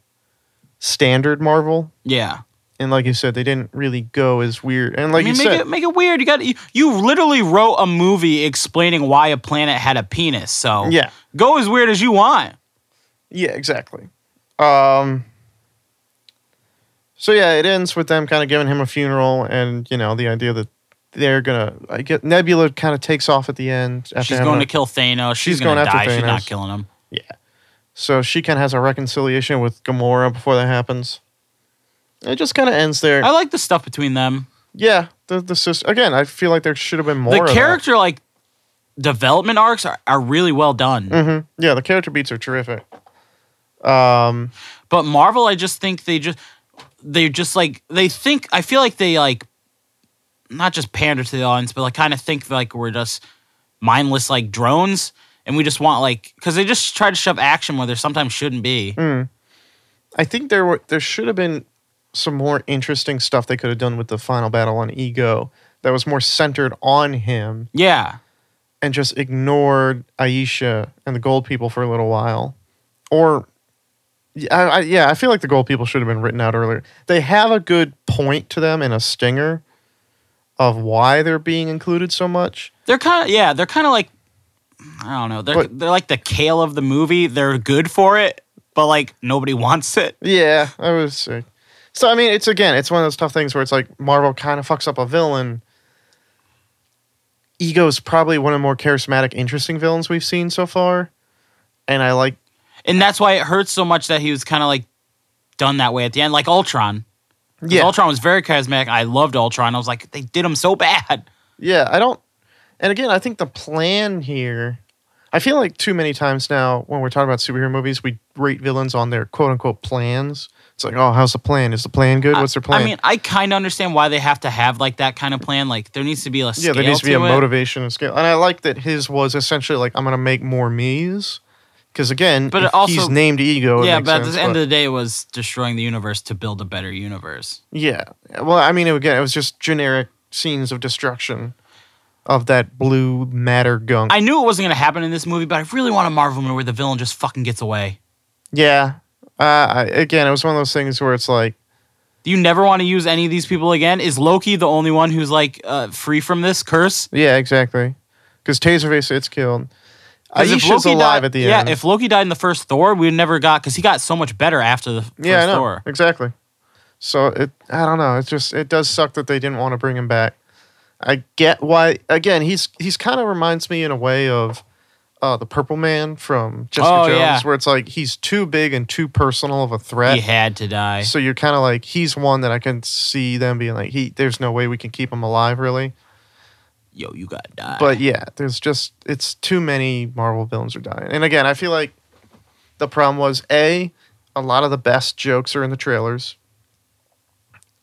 Speaker 1: standard Marvel.
Speaker 2: Yeah.
Speaker 1: And like you said, they didn't really go as weird. And like
Speaker 2: I mean,
Speaker 1: you
Speaker 2: make
Speaker 1: said,
Speaker 2: it make it weird. You got you, you literally wrote a movie explaining why a planet had a penis. So
Speaker 1: yeah,
Speaker 2: go as weird as you want.
Speaker 1: yeah, exactly. Um, so yeah, it ends with them kind of giving him a funeral, and you know the idea that they're gonna. I get Nebula kind of takes off at the end. After
Speaker 2: She's
Speaker 1: having
Speaker 2: going
Speaker 1: a-
Speaker 2: to kill Thanos.
Speaker 1: uh,
Speaker 2: She's,
Speaker 1: She's
Speaker 2: going to
Speaker 1: going
Speaker 2: die.
Speaker 1: after
Speaker 2: She's not
Speaker 1: Thanos.
Speaker 2: killing him.
Speaker 1: So she kind of has a reconciliation with Gamora before that happens. It just kind of ends there.
Speaker 2: I like the stuff between them.
Speaker 1: Yeah, the the sister again. I feel like there should have been more.
Speaker 2: the character like development arcs are, are really well done.
Speaker 1: hmm Yeah, the character beats are terrific. Um,
Speaker 2: But Marvel, I just think they just they just like they think I feel like they like not just pander to the audience, but like kind of think like we're just mindless like drones and we just want like because they just try to shove action where there sometimes shouldn't be.
Speaker 1: mm. I think there were there should have been some more interesting stuff they could have done with the final battle on Ego that was more centered on him
Speaker 2: Yeah.
Speaker 1: and just ignored Aisha and the Gold People for a little while, or. Yeah, I, I, yeah, I feel like the gold people should have been written out earlier. They have a good point to them in a stinger of why they're being included so much.
Speaker 2: They're kind of yeah, they're kind of like I don't know. They're
Speaker 1: But-
Speaker 2: they're like the kale of the movie. They're good for it, but like nobody wants it.
Speaker 1: Yeah, I was sick. So I mean, it's again, it's one of those tough things where it's like Marvel kind of fucks up a villain. Ego's probably one of the more charismatic, interesting villains we've seen so far, and I like.
Speaker 2: And that's why it hurts so much that he was kind of like done that way at the end like Ultron. 'Cause
Speaker 1: Yeah,
Speaker 2: Ultron was very charismatic. I loved Ultron. I was like, they did him so bad.
Speaker 1: yeah. I don't. And again, I think the plan here. I feel like too many times now when we're talking about superhero movies, we rate villains on their quote unquote plans. It's like, oh, how's the plan? Is the plan good? What's their plan?
Speaker 2: I mean, I kind of understand why they have to have like that kind of plan. Like, there needs to be a
Speaker 1: yeah,
Speaker 2: scale
Speaker 1: there needs to be a
Speaker 2: it.
Speaker 1: motivation and scale. And I like that his was essentially like, I'm gonna make more me's. Because again,
Speaker 2: But
Speaker 1: but
Speaker 2: it also-
Speaker 1: he's named Ego. it
Speaker 2: Yeah,
Speaker 1: makes
Speaker 2: but at
Speaker 1: sense,
Speaker 2: the end
Speaker 1: but-
Speaker 2: of the day, it was destroying the universe to build a better universe.
Speaker 1: yeah. Well, I mean, again, it was just generic scenes of destruction of that blue matter gunk.
Speaker 2: I knew it wasn't going to happen in this movie, but I really want a Marvel movie where the villain just fucking gets away.
Speaker 1: yeah. Uh, I, again, it was one of those things where it's like,
Speaker 2: you never want to use any of these people again? Is Loki the only one who's like uh, free from this curse?
Speaker 1: Yeah, exactly. Because Taserface gets killed.
Speaker 2: 'Cause if
Speaker 1: Aisha's
Speaker 2: Loki
Speaker 1: Uh, alive
Speaker 2: died-
Speaker 1: at the
Speaker 2: yeah,
Speaker 1: end.
Speaker 2: if Loki died in the first Thor, we never got because he got so much better after the first
Speaker 1: yeah, I know
Speaker 2: Thor.
Speaker 1: exactly. So it, I don't know. It's just it does suck that they didn't want to bring him back. I get why. Again, he's he's kind of reminds me in a way of uh, the Purple Man from Jessica
Speaker 2: Oh,
Speaker 1: Jones,
Speaker 2: yeah.
Speaker 1: where it's like he's too big and too personal of a threat.
Speaker 2: He had to die.
Speaker 1: So you're kind of like he's one that I can see them being like he. There's no way we can keep him alive, really.
Speaker 2: Yo, you gotta die.
Speaker 1: But yeah, there's just it's too many Marvel villains are dying. And again, I feel like the problem was a a lot of the best jokes are in the trailers.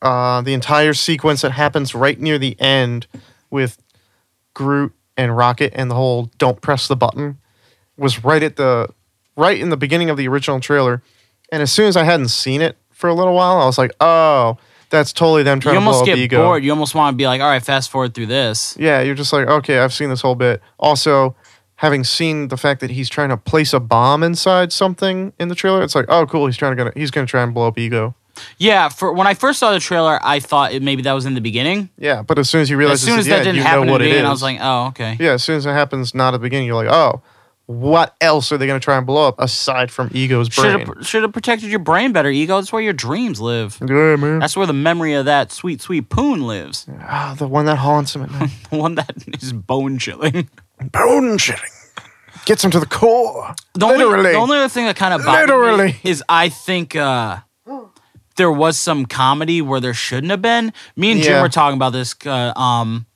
Speaker 1: Uh, the entire sequence that happens right near the end with Groot and Rocket and the whole "Don't press the button" was right at the right in the beginning of the original trailer. And as soon as I hadn't seen it for a little while, I was like, "Oh, that's totally them trying
Speaker 2: you
Speaker 1: to blow
Speaker 2: almost
Speaker 1: up
Speaker 2: get
Speaker 1: ego."
Speaker 2: bored. You almost want to be like, all right, fast forward through this.
Speaker 1: Yeah, you're just like, okay, I've seen this whole bit. Also, having seen the fact that he's trying to place a bomb inside something in the trailer, it's like, oh, cool, he's trying to gonna he's gonna try and blow up Ego.
Speaker 2: Yeah, for when I first saw the trailer, I thought it, maybe that was in the beginning.
Speaker 1: Yeah, but as soon as you realize,
Speaker 2: as soon
Speaker 1: it's
Speaker 2: as
Speaker 1: at
Speaker 2: that
Speaker 1: the end,
Speaker 2: didn't
Speaker 1: you
Speaker 2: happen
Speaker 1: know
Speaker 2: to
Speaker 1: what
Speaker 2: me,
Speaker 1: it is.
Speaker 2: and I was like, oh, okay.
Speaker 1: yeah, as soon as it happens, not at the beginning, you're like, oh, what else are they gonna try and blow up aside from Ego's
Speaker 2: Should
Speaker 1: brain? Mm-hmm.
Speaker 2: have should have protected your brain better, ego. That's where your dreams live.
Speaker 1: Yeah, man.
Speaker 2: That's where the memory of that sweet, sweet poon lives.
Speaker 1: Ah, the one that haunts him at night.
Speaker 2: The one that is bone chilling.
Speaker 1: Bone shitting. Gets him to the core.
Speaker 2: The only,
Speaker 1: Literally.
Speaker 2: the only other thing that kind of bothered
Speaker 1: Literally.
Speaker 2: me is I think uh, there was some comedy where there shouldn't have been. Me and Jim
Speaker 1: Yeah.
Speaker 2: were talking about this. Uh, um,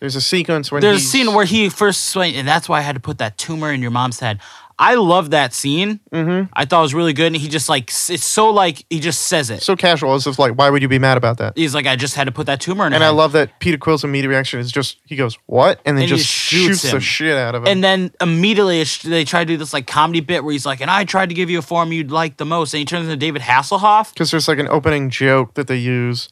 Speaker 1: There's a sequence when
Speaker 2: there's a
Speaker 1: he's-
Speaker 2: scene where he first swing, and that's why I had to put that tumor in your mom's head. I love that scene. Mm-hmm. I thought it was really good, and he just like s- it's so like he just says it.
Speaker 1: so casual. It's just like, why would you be mad about that?
Speaker 2: He's like, I just had to put that tumor in. her
Speaker 1: And I
Speaker 2: head.
Speaker 1: love that Peter Quill's immediate reaction is just he goes what, and then
Speaker 2: Mm-hmm. And he
Speaker 1: just
Speaker 2: shoots
Speaker 1: shoots,
Speaker 2: him.
Speaker 1: the shit out of him.
Speaker 2: And then immediately it's- they try to do this like comedy bit where he's like, and I tried to give you a form you'd like the most. And he turns into David Hasselhoff.
Speaker 1: Because there's like an opening joke that they use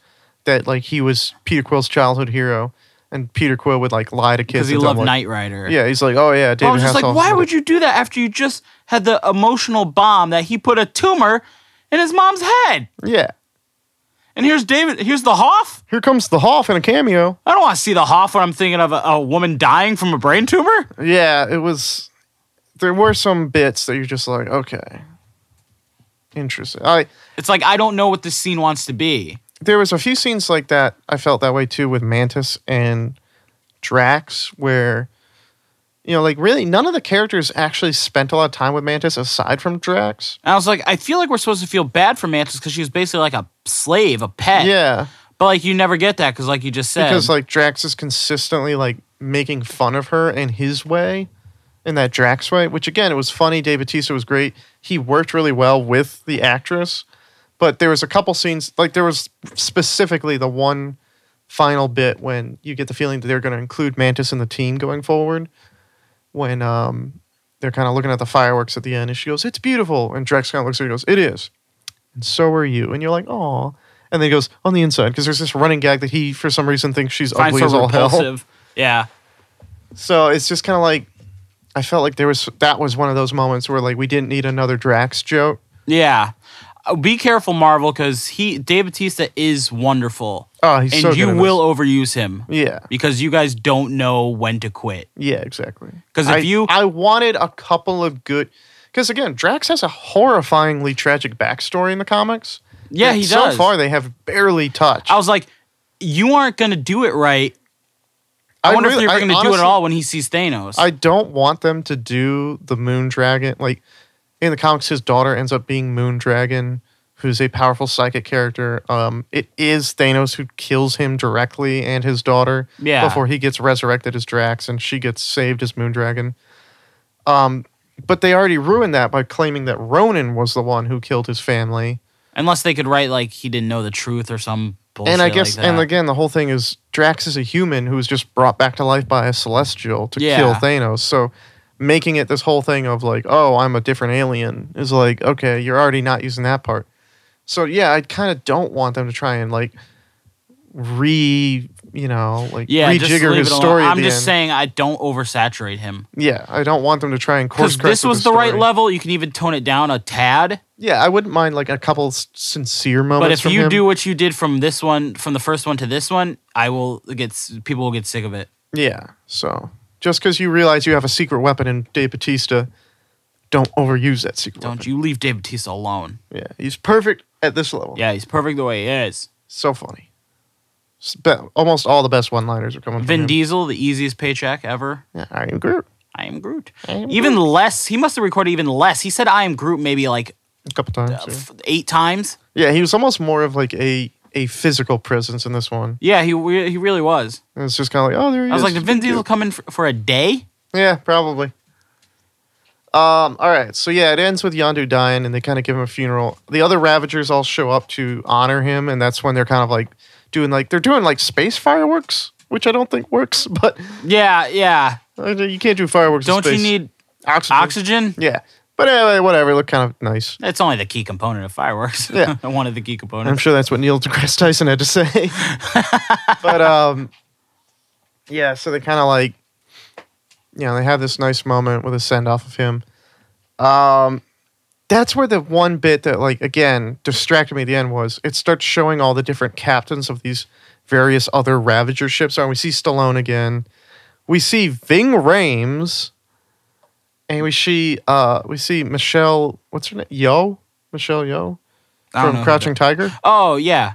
Speaker 1: that like he was Peter Quill's childhood hero, and Peter Quill would like lie to kids
Speaker 2: because he
Speaker 1: and tell them,
Speaker 2: loved
Speaker 1: like-
Speaker 2: Knight Rider.
Speaker 1: Yeah, he's like, oh yeah, David.
Speaker 2: But I was just like, why would you do that after you just had the emotional bomb that he put a tumor in his mom's head?
Speaker 1: you? Yeah,
Speaker 2: And here's David. Here's the Hoff.
Speaker 1: here comes the Hoff in a cameo.
Speaker 2: I don't want to see the Hoff when I'm thinking of a, a woman dying from a brain tumor.
Speaker 1: Yeah, it was. There were some bits that you're just like, okay, interesting. I
Speaker 2: It's like I don't know what this scene wants to be.
Speaker 1: there was a few scenes like that. I felt that way too with Mantis and Drax, where you know, like really, none of the characters actually spent a lot of time with Mantis aside from Drax.
Speaker 2: And I was like, I feel like we're supposed to feel bad for Mantis because she was basically like a slave, a pet.
Speaker 1: Yeah,
Speaker 2: But like you never get that because like you just said,
Speaker 1: because like Drax is consistently like making fun of her in his way, in that Drax way, which again, it was funny. Dave Bautista was great. He worked really well with the actress, but there was a couple scenes like there was specifically the one final bit when you get the feeling that they're going to include Mantis in the team going forward. When um, they're kind of looking at the fireworks at the end, and she goes, "It's beautiful," and Drax kind of looks at her and goes, "It is," and so are you, and you're like, "Aw." And then he goes on the inside because there's this running gag that he, for some reason, thinks she's
Speaker 2: finds
Speaker 1: ugly
Speaker 2: her
Speaker 1: as all hell.
Speaker 2: repulsive. Yeah.
Speaker 1: So it's just kind of like I felt like there was that was one of those moments where like we didn't need another Drax joke.
Speaker 2: Yeah. Uh, Be careful, Marvel, because he Dave Batista is wonderful.
Speaker 1: Oh, he's so
Speaker 2: and
Speaker 1: good
Speaker 2: you
Speaker 1: in
Speaker 2: will overuse him
Speaker 1: this. Yeah,
Speaker 2: because you guys don't know when to quit.
Speaker 1: yeah, exactly.
Speaker 2: 'Cause if
Speaker 1: I-
Speaker 2: you-
Speaker 1: I wanted a couple of good, because again, Drax has a horrifyingly tragic backstory in the comics.
Speaker 2: Yeah, he
Speaker 1: so
Speaker 2: does.
Speaker 1: far they have barely touched.
Speaker 2: I was like, you aren't gonna do it right. I, wonder
Speaker 1: really-
Speaker 2: if
Speaker 1: I
Speaker 2: you're gonna do it
Speaker 1: honestly-
Speaker 2: at all when he sees Thanos.
Speaker 1: I don't want them to do the Moon Dragon. Like in the comics, his daughter ends up being Moon Dragon, who's a powerful psychic character. Um, it is Thanos who kills him directly and his daughter
Speaker 2: Yeah.
Speaker 1: before he gets resurrected as Drax and she gets saved as Moon Dragon. Um, but they already ruined that by claiming that Ronan was the one who killed his family.
Speaker 2: Unless they could write like he didn't know the truth or some bullshit.
Speaker 1: and I guess,
Speaker 2: like that.
Speaker 1: and again, the whole thing is Drax is a human who was just brought back to life by a celestial to
Speaker 2: Yeah.
Speaker 1: kill Thanos. So making it this whole thing of like, oh, I'm a different alien is like, okay, you're already not using that part. So yeah, I kind of don't want them to try and like re you know like
Speaker 2: Yeah, just
Speaker 1: rejigger
Speaker 2: leave
Speaker 1: his
Speaker 2: it alone.
Speaker 1: story. at
Speaker 2: I'm
Speaker 1: the
Speaker 2: just
Speaker 1: end.
Speaker 2: saying I don't oversaturate him
Speaker 1: Yeah, I don't want them to try and course
Speaker 2: because
Speaker 1: correct.
Speaker 2: this
Speaker 1: with
Speaker 2: was the right
Speaker 1: story.
Speaker 2: level. You can even tone it down a tad.
Speaker 1: Yeah, I wouldn't mind like a couple s- sincere moments.
Speaker 2: But if
Speaker 1: from
Speaker 2: you
Speaker 1: him.
Speaker 2: do what you did from this one, from the first one to this one, I will get s- people will get sick of it.
Speaker 1: yeah. So just because you realize you have a secret weapon in Dave Batista, don't overuse that secret.
Speaker 2: Don't you leave Dave Batista alone?
Speaker 1: you? Yeah, he's perfect at this level.
Speaker 2: Yeah, he's perfect the way he is.
Speaker 1: so funny. S- be- Almost all the best one-liners are coming from
Speaker 2: Vin
Speaker 1: him.
Speaker 2: Diesel, the easiest paycheck ever.
Speaker 1: Yeah, I am Groot.
Speaker 2: I am Groot.
Speaker 1: I am
Speaker 2: even less. He must have recorded even less. He said I am Groot maybe like
Speaker 1: A couple times.
Speaker 2: uh,
Speaker 1: yeah.
Speaker 2: f- eight times.
Speaker 1: yeah, he was almost more of like a a physical presence in this one.
Speaker 2: Yeah, he re- he really was.
Speaker 1: And it's just kind of like, oh, there he
Speaker 2: I was
Speaker 1: is.
Speaker 2: like, did Vin Diesel come in for, for a day?
Speaker 1: Yeah, probably. Um, all right, so yeah, it ends with Yondu dying, and they kind of give him a funeral. The other Ravagers all show up to honor him, and that's when they're kind of like doing like they're doing like space fireworks, which I don't think works, but
Speaker 2: Yeah, yeah.
Speaker 1: uh, you can't do fireworks. in
Speaker 2: Don't you
Speaker 1: space.
Speaker 2: need
Speaker 1: oxygen?
Speaker 2: oxygen?
Speaker 1: Yeah, but anyway, whatever. Look kind of nice.
Speaker 2: That's only the key component of fireworks.
Speaker 1: Yeah.
Speaker 2: one of the key
Speaker 1: I'm
Speaker 2: components.
Speaker 1: sure that's what Neil deGrasse Tyson had to say. but um, yeah, so they kind of like, you know, they have this nice moment with a send off of him. Um, that's where the one bit that like again distracted me at the end was it starts showing all the different captains of these various other Ravager ships. And we see Stallone again. We see Ving Rames, and we see uh we see Michelle. What's her name? Yo, Michelle Yo
Speaker 2: I don't
Speaker 1: from
Speaker 2: know.
Speaker 1: Crouching Tiger
Speaker 2: Oh yeah,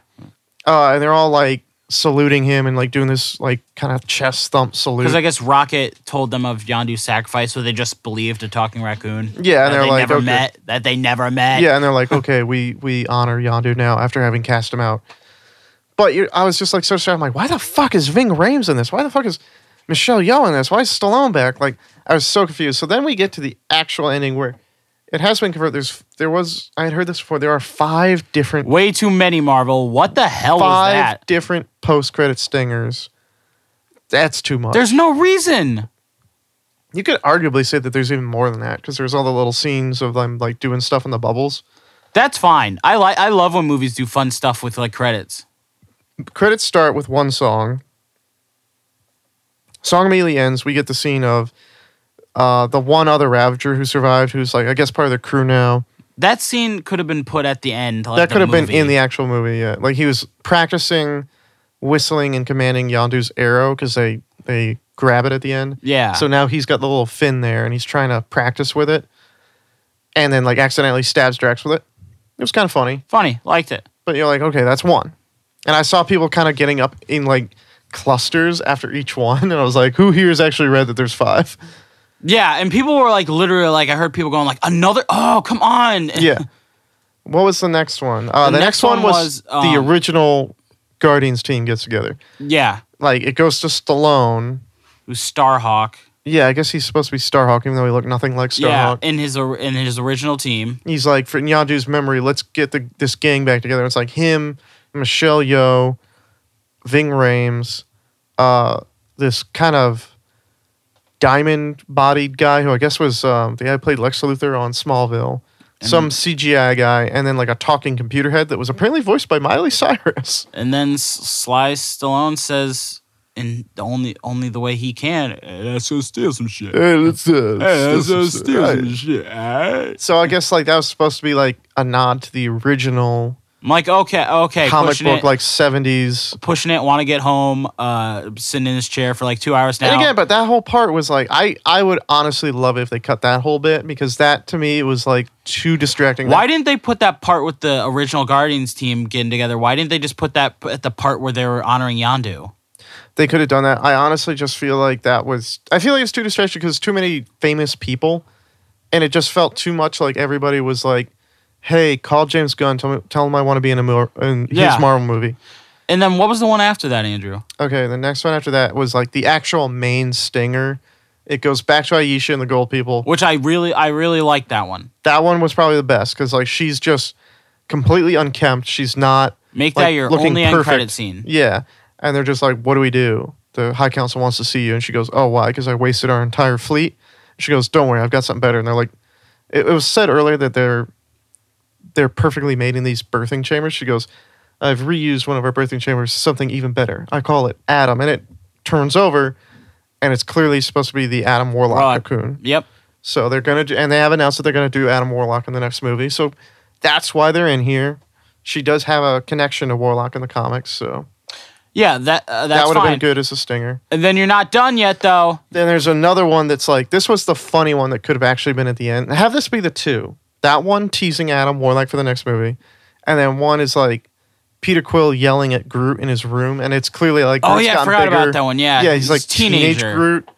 Speaker 1: uh, and they're all like saluting him and like doing this like kind of chest thump salute.
Speaker 2: because I guess Rocket told them of Yondu's sacrifice, so they just believed a talking raccoon.
Speaker 1: Yeah, and
Speaker 2: that
Speaker 1: they're
Speaker 2: they
Speaker 1: like,
Speaker 2: never
Speaker 1: okay.
Speaker 2: met. That they never met.
Speaker 1: yeah, and they're like, okay, we we honor Yondu now after having cast him out. But you I was just like so sad. I'm like, why the fuck is Ving Rhames in this? Why the fuck is Michelle Yeoh in this? Why is Stallone back? Like, I was so confused. So then we get to the actual ending where it has been converted. There's there was I had heard this before. There are five different
Speaker 2: Way too many Marvel. What the hell was
Speaker 1: five
Speaker 2: that?
Speaker 1: different post credit stingers. That's too much.
Speaker 2: There's no reason.
Speaker 1: You could arguably say that there's even more than that because there's all the little scenes of them like doing stuff in the bubbles.
Speaker 2: That's fine. I like. I love when movies do fun stuff with like credits.
Speaker 1: Credits start with one song. Song immediately ends. We get the scene of uh, the one other Ravager who survived, who's like I guess part of their crew now.
Speaker 2: That scene could have been put at the end. Like
Speaker 1: that could have been
Speaker 2: movie.
Speaker 1: in the actual movie. Yeah, like he was practicing whistling and commanding Yondu's arrow because they they grab it at the end.
Speaker 2: Yeah.
Speaker 1: So now he's got the little fin there and he's trying to practice with it, and then like accidentally stabs Drax with it. It was kind of funny.
Speaker 2: funny. Liked it.
Speaker 1: but you're like, okay, that's one. And I saw people kind of getting up in like clusters after each one, and I was like, who here has actually read that there's five?
Speaker 2: Yeah, and people were like literally like I heard people going like another. Oh come on.
Speaker 1: Yeah. what was the next one? Uh, the, next, one was,
Speaker 2: was,
Speaker 1: the
Speaker 2: um,
Speaker 1: original Guardians team gets together.
Speaker 2: yeah.
Speaker 1: Like it goes to Stallone.
Speaker 2: It was Starhawk.
Speaker 1: Yeah, I guess he's supposed to be Starhawk, even though he looked nothing like
Speaker 2: Yeah,
Speaker 1: Starhawk.
Speaker 2: in his or- in his original team.
Speaker 1: He's like, for Nyandu's memory, let's get the, this gang back together. It's like him, Michelle Yeoh, Ving Rhames, uh, this kind of diamond-bodied guy who I guess was um, the guy who played Lex Luthor on Smallville,
Speaker 2: And-
Speaker 1: some CGI guy, and then like a talking computer head that was apparently voiced by Miley Cyrus.
Speaker 2: And then S- Sly Stallone says, "In the only only the way he can, eh, let's go steal some shit. Eh,
Speaker 1: Hey, let's, uh,
Speaker 2: let's go
Speaker 1: let's-
Speaker 2: steal
Speaker 1: right.
Speaker 2: some shit." eh?" alright?
Speaker 1: So I guess like that was supposed to be like a nod to the original
Speaker 2: I'm like, okay, okay,
Speaker 1: comic
Speaker 2: pushing
Speaker 1: book,
Speaker 2: it,
Speaker 1: like '70s
Speaker 2: pushing it. Want to get home? Uh, sitting in his chair for like two hours now.
Speaker 1: And again, but that whole part was like I I would honestly love it if they cut that whole bit because that to me was like too distracting.
Speaker 2: why didn't they put that part with the original Guardians team getting together? Why didn't they just put that p- at the part where they were honoring Yandu?
Speaker 1: they could have done that? I honestly just feel like that was I feel like it's too distracting because too many famous people, and it just felt too much like everybody was like, "Hey, call James Gunn, tell me, tell him I want to be in a Mar- in
Speaker 2: Yeah.
Speaker 1: his Marvel movie."
Speaker 2: And then what was the one after that, Andrew?
Speaker 1: Okay, the next one after that was like the actual main stinger. It goes back to Aisha and the Gold People.
Speaker 2: Which I really, I really liked that one.
Speaker 1: That one was probably the best because like she's just completely unkempt. She's not
Speaker 2: Make that
Speaker 1: Like,
Speaker 2: your
Speaker 1: looking
Speaker 2: only end credit
Speaker 1: perfect.
Speaker 2: scene.
Speaker 1: Yeah. And they're just like, what do we do? The High Council wants to see you. And she goes, oh, why? Because I wasted our entire fleet. She goes, don't worry, I've got something better. And they're like, it, it was said earlier that they're they're perfectly made in these birthing chambers. She goes, I've reused one of our birthing chambers to something even better. I call it Adam, and it turns over, and it's clearly supposed to be the Adam Warlock
Speaker 2: Right.
Speaker 1: cocoon.
Speaker 2: Yep.
Speaker 1: So they're gonna do, and they have announced that they're gonna do Adam Warlock in the next movie. So that's why they're in here. She does have a connection to Warlock in the comics, so
Speaker 2: Yeah, that uh,
Speaker 1: that
Speaker 2: that's
Speaker 1: would have
Speaker 2: fine.
Speaker 1: been good as a stinger.
Speaker 2: And then you're not done yet, though.
Speaker 1: Then there's another one that's like this was the funny one that could have actually been at the end. Have this be the two. That one teasing Adam Warlock for the next movie, and then one is like Peter Quill yelling at Groot in his room, and it's clearly like
Speaker 2: Oh
Speaker 1: Groot's
Speaker 2: yeah, I
Speaker 1: gotten
Speaker 2: forgot
Speaker 1: bigger.
Speaker 2: about that one. Yeah,
Speaker 1: Yeah, he's like teenage Groot,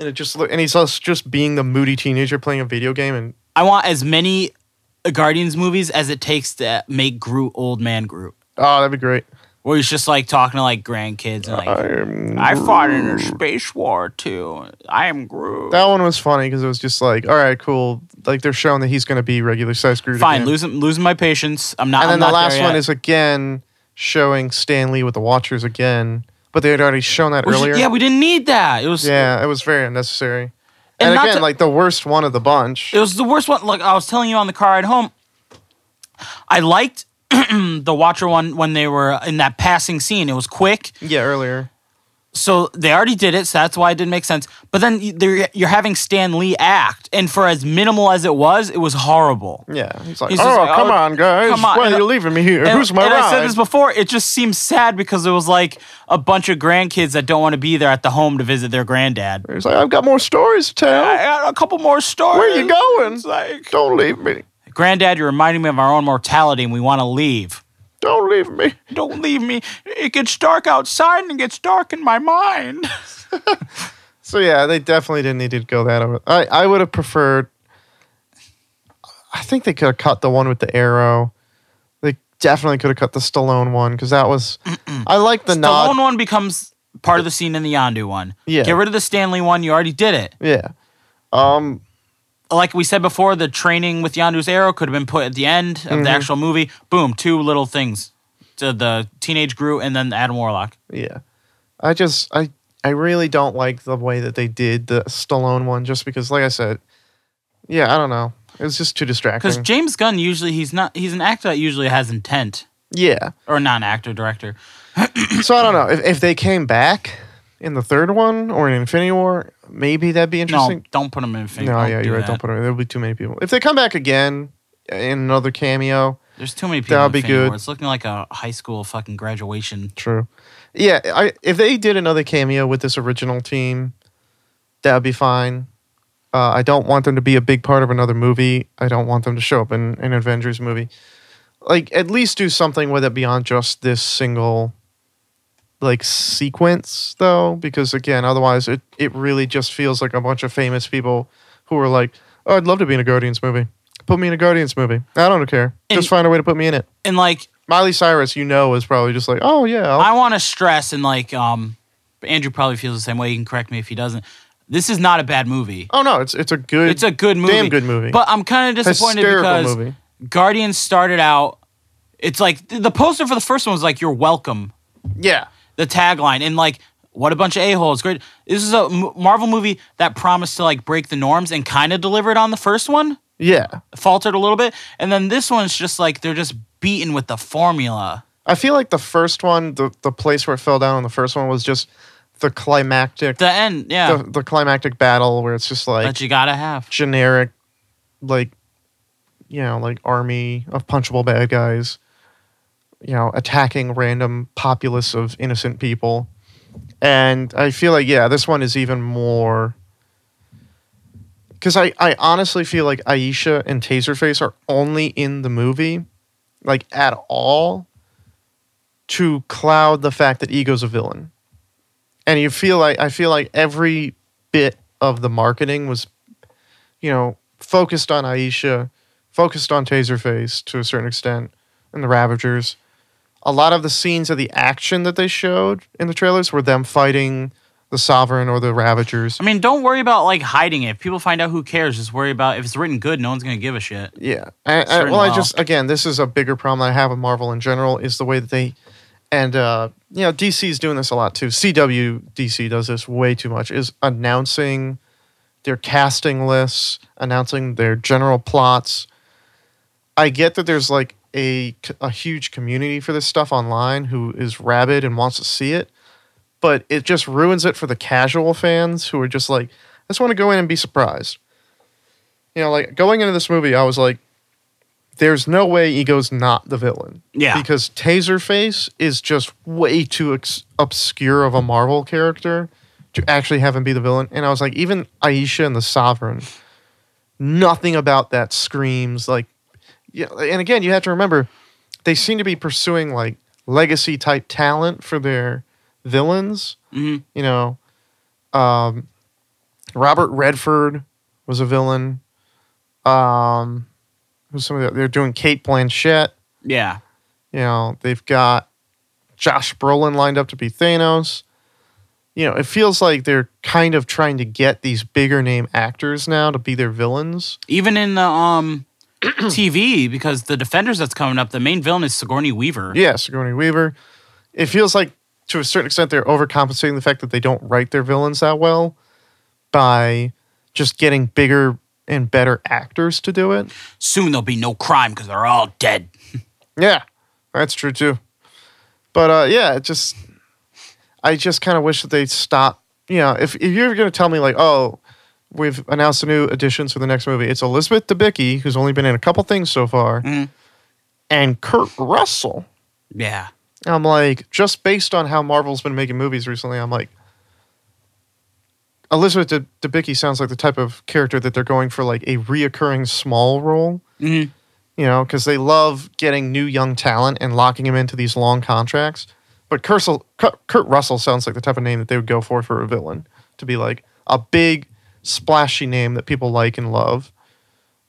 Speaker 1: and it just look, and he's also just being the moody teenager playing a video game, and
Speaker 2: I want as many Guardians movies as it takes to make Groot old man Groot,
Speaker 1: oh, that'd be great.
Speaker 2: where he's just like talking to like grandkids and like
Speaker 1: I'm
Speaker 2: I fought in a space war too. I am Groot.
Speaker 1: That one was funny because it was just like, all right, cool. Like they're showing that he's going to be regular size Groot.
Speaker 2: Fine,
Speaker 1: again.
Speaker 2: losing losing my patience. I'm not.
Speaker 1: And
Speaker 2: I'm
Speaker 1: then the
Speaker 2: not there
Speaker 1: last one
Speaker 2: yet.
Speaker 1: is again showing Stan Lee with the Watchers again, but they had already shown that
Speaker 2: We should-
Speaker 1: earlier.
Speaker 2: yeah, we didn't need that. It was
Speaker 1: Yeah, it was very unnecessary.
Speaker 2: And
Speaker 1: And,
Speaker 2: not
Speaker 1: again,
Speaker 2: to-
Speaker 1: like the worst one of the bunch.
Speaker 2: It was the worst one. Like I was telling you on the car ride home, I liked the Watcher one when they were in that passing scene. It was quick,
Speaker 1: yeah, earlier.
Speaker 2: so they already did it, so that's why it didn't make sense. But then you- they're- you're having Stan Lee act, and for as minimal as it was, it was horrible.
Speaker 1: Yeah, he's like,
Speaker 2: He's
Speaker 1: oh,
Speaker 2: just like,
Speaker 1: come
Speaker 2: oh,
Speaker 1: on, guys,
Speaker 2: come on."
Speaker 1: why
Speaker 2: And-
Speaker 1: are you leaving me here?
Speaker 2: And,
Speaker 1: Who's my
Speaker 2: and I said
Speaker 1: ride?"
Speaker 2: this before. It just seems sad because it was like a bunch of grandkids that don't want to be there at the home to visit their granddad.
Speaker 1: He's like, I've got more stories to
Speaker 2: I
Speaker 1: tell.
Speaker 2: got a couple more stories.
Speaker 1: Where you going?
Speaker 2: like-
Speaker 1: Don't leave me.
Speaker 2: Granddad, you're reminding me of our own mortality, and we want to leave.
Speaker 1: Don't leave me.
Speaker 2: Don't leave me. It gets dark outside and it gets dark in my mind.
Speaker 1: So yeah, they definitely didn't need to go that over. I, I would have preferred. I think they could have cut the one with the arrow. They definitely could have cut the Stallone one because that was. I like the
Speaker 2: The
Speaker 1: nod.
Speaker 2: lone one becomes part of the scene in the Yondu one.
Speaker 1: Yeah.
Speaker 2: Get rid of the Stanley one. You already did it.
Speaker 1: Yeah. Um.
Speaker 2: Like we said before, the training with Yondu's arrow could have been put at the end of
Speaker 1: Mm-hmm.
Speaker 2: the actual movie. Boom, two little things. To the teenage Groot and then Adam Warlock.
Speaker 1: Yeah. I just I I really don't like the way that they did the Stallone one just because, like I said, yeah, I don't know. It was just too
Speaker 2: Because
Speaker 1: distracting.
Speaker 2: James Gunn usually he's not he's an actor that usually has intent.
Speaker 1: yeah.
Speaker 2: Or non actor director.
Speaker 1: So I don't know if if they came back in the third one or in Infinity War, maybe that'd be interesting.
Speaker 2: No, don't put him in Infinity.
Speaker 1: No,
Speaker 2: Don't
Speaker 1: yeah,
Speaker 2: do
Speaker 1: you're right.
Speaker 2: that.
Speaker 1: Don't put them. in. There'll be too many people. If they come back again in another cameo,
Speaker 2: There's too many people.
Speaker 1: That'll
Speaker 2: in
Speaker 1: be
Speaker 2: Infinity War.
Speaker 1: good.
Speaker 2: It's looking like a high school fucking graduation.
Speaker 1: true. Yeah, I, if they did another cameo with this original team, that would be fine. Uh, I don't want them to be a big part of another movie. I don't want them to show up in an Avengers movie. Like, at least do something with it beyond just this single, like, sequence, though, because again, otherwise, it, it really just feels like a bunch of famous people who are like, oh, I'd love to be in a Guardians movie. Put me in a Guardians movie. I don't care.
Speaker 2: And-
Speaker 1: just find a way to put me in it.
Speaker 2: And like
Speaker 1: Miley Cyrus, you know, is probably just like, oh, yeah. I'll-
Speaker 2: I want to stress, and like, um, Andrew probably feels the same way. He can correct me if he doesn't. This is not a bad movie.
Speaker 1: oh, no, it's, it's a good.
Speaker 2: It's a good movie.
Speaker 1: Damn good movie.
Speaker 2: But I'm kind of disappointed
Speaker 1: hysterical
Speaker 2: because
Speaker 1: movie.
Speaker 2: Guardians started out. It's like th- the poster for the first one was like "You're welcome,"
Speaker 1: Yeah.
Speaker 2: the tagline, and like what a bunch of a holes. Great. This is a M- Marvel movie that promised to like break the norms and kind of delivered on the first one,
Speaker 1: Yeah.
Speaker 2: faltered a little bit, and then this one's just like they're just beaten with the formula.
Speaker 1: I feel like the first one, the, the place where it fell down on the first one was just the climactic
Speaker 2: The end, yeah,
Speaker 1: the, the climactic battle where it's just like
Speaker 2: that you gotta have.
Speaker 1: generic like you know, like army of punchable bad guys, you know, attacking random populace of innocent people. And I feel like yeah, this one is even more because I, I honestly feel like Aisha and Taserface are only in the movie, like at all, to cloud the fact that Ego's a villain. And you feel like I feel like every bit of the marketing was, you know, focused on Aisha, focused on Taserface to a certain extent, and the Ravagers. A lot of the scenes of the action that they showed in the trailers were them fighting the Sovereign or the Ravagers.
Speaker 2: I mean, don't worry about like hiding it. If people find out, who cares? Just worry about if it's written good, no one's gonna give a shit.
Speaker 1: Yeah. I, I,
Speaker 2: Certain
Speaker 1: well, I
Speaker 2: level.
Speaker 1: just again, this is a bigger problem that I have with Marvel in general is the way that they, and uh, you know, DC is doing this a lot too. CW DC does this way too much. Is announcing their casting lists, announcing their general plots. I get that there's like a c- a huge community for this stuff online who is rabid and wants to see it, but it just ruins it for the casual fans who are just like, I just want to go in and be surprised. You know, like going into this movie, I was like, there's no way Ego's not the villain.
Speaker 2: Yeah.
Speaker 1: Because Taserface is just way too ex- obscure of a Marvel character to actually have him be the villain. And I was like, even Aisha and the Sovereign, nothing about that screams like, yeah. And again, you have to remember, they seem to be pursuing like legacy type talent for their villains.
Speaker 2: Mhm.
Speaker 1: You know, um, Robert Redford was a villain. Um, who's some of the, they're doing Kate Blanchett.
Speaker 2: Yeah.
Speaker 1: You know, they've got Josh Brolin lined up to be Thanos. You know, it feels like they're kind of trying to get these bigger name actors now to be their villains.
Speaker 2: Even in the um TV, because the Defenders that's coming up, the main villain is Sigourney Weaver.
Speaker 1: Yeah, Sigourney Weaver. It feels like to a certain extent they're overcompensating the fact that they don't write their villains that well by just getting bigger and better actors to do it.
Speaker 2: Soon there'll be no crime because they're all dead.
Speaker 1: Yeah, that's true too. But uh, yeah, it just I just kind of wish that they stop. You know, if if you're gonna tell me like, oh, we've announced the new additions for the next movie, it's Elizabeth Debicki who's only been in a couple things so far,
Speaker 2: Mhm.
Speaker 1: and Kurt Russell.
Speaker 2: Yeah.
Speaker 1: I'm like, just based on how Marvel's been making movies recently, I'm like, Elizabeth De- Debicki sounds like the type of character that they're going for, like a reoccurring small role
Speaker 2: hmm
Speaker 1: you know, because they love getting new young talent and locking them into these long contracts. But Kursel, Kurt, Kurt Russell sounds like the type of name that they would go for for a villain to be like a big, splashy name that people like and love,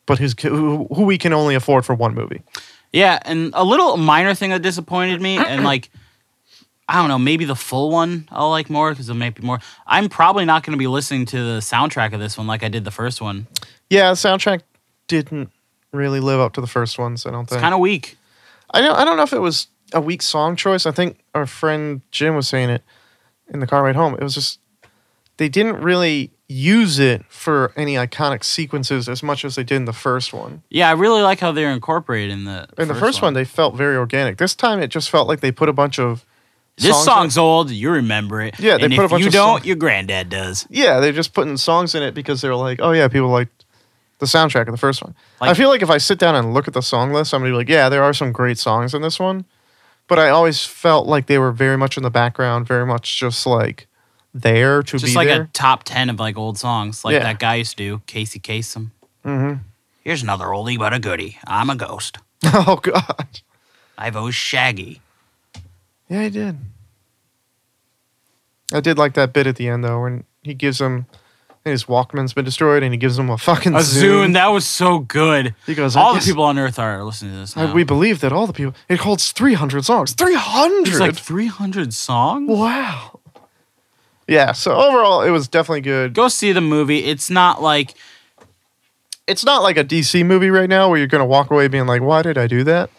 Speaker 1: but who's, who, who we can only afford for one movie.
Speaker 2: Yeah, and a little minor thing that disappointed me, and like, I don't know, maybe the full one I'll like more because it might be more. I'm probably not going to be listening to the soundtrack of this one like I did the first one.
Speaker 1: Yeah, the soundtrack didn't really live up to the first ones. I don't
Speaker 2: It's
Speaker 1: think.
Speaker 2: kind of weak.
Speaker 1: I don't. I don't know if it was a weak song choice. I think our friend Jim was saying it in the car ride home. It was just they didn't really use it for any iconic sequences as much as they did in the first one.
Speaker 2: Yeah, I really like how they're incorporated in the
Speaker 1: In the first one, they felt very organic. This time, it just felt like they put a bunch of
Speaker 2: This
Speaker 1: songs in-
Speaker 2: song's old. You remember it.
Speaker 1: Yeah, they
Speaker 2: and
Speaker 1: put a
Speaker 2: if
Speaker 1: bunch
Speaker 2: you
Speaker 1: of
Speaker 2: don't,
Speaker 1: song-
Speaker 2: your granddad does.
Speaker 1: yeah, they're just putting songs in it because they're like, oh yeah, people like the soundtrack of the first one. I
Speaker 2: Like-
Speaker 1: feel like if I sit down and look at the song list, I'm gonna be like, yeah, there are some great songs in this one, but I always felt like they were very much in the background, very much just like there to
Speaker 2: Just
Speaker 1: be
Speaker 2: like
Speaker 1: there.
Speaker 2: a top ten of like old songs, like
Speaker 1: Yeah.
Speaker 2: that guy used to do, Casey Kasem.
Speaker 1: Mhm.
Speaker 2: Here's another oldie but a goodie. I'm a ghost.
Speaker 1: Oh God.
Speaker 2: I've always shaggy.
Speaker 1: Yeah, he did. I did like that bit at the end though, when he gives him his Walkman's been destroyed, and he gives him a fucking
Speaker 2: A
Speaker 1: Zune.
Speaker 2: Zune. That was so good.
Speaker 1: he goes,
Speaker 2: All
Speaker 1: I
Speaker 2: the
Speaker 1: guess-
Speaker 2: people on Earth are listening to this.
Speaker 1: I-
Speaker 2: Now.
Speaker 1: we believe that all the people. It holds three hundred songs. Three
Speaker 2: There's
Speaker 1: hundred.
Speaker 2: like 300 songs.
Speaker 1: wow. Yeah. So overall, it was definitely good.
Speaker 2: Go see the movie. It's not like
Speaker 1: It's not like a DC movie right now where you're gonna walk away being like, "Why did I do that?"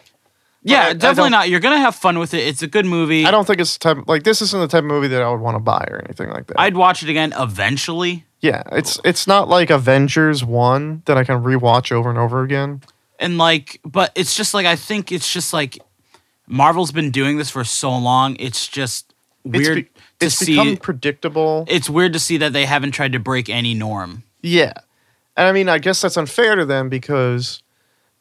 Speaker 2: yeah,
Speaker 1: I- I
Speaker 2: definitely
Speaker 1: don't-
Speaker 2: not. You're gonna have fun with it. It's a good movie.
Speaker 1: I don't think it's the type like this isn't the type of movie that I would want to buy or anything like that.
Speaker 2: I'd watch it again eventually.
Speaker 1: yeah, it's it's not like Avengers one that I can rewatch over and over again.
Speaker 2: and like but it's just like i think it's just like marvel's been doing this for so long it's just
Speaker 1: It's
Speaker 2: weird
Speaker 1: be-
Speaker 2: to
Speaker 1: it's
Speaker 2: see
Speaker 1: become predictable.
Speaker 2: it's weird to see that they haven't tried to break any norm
Speaker 1: yeah, and I mean, I guess that's unfair to them because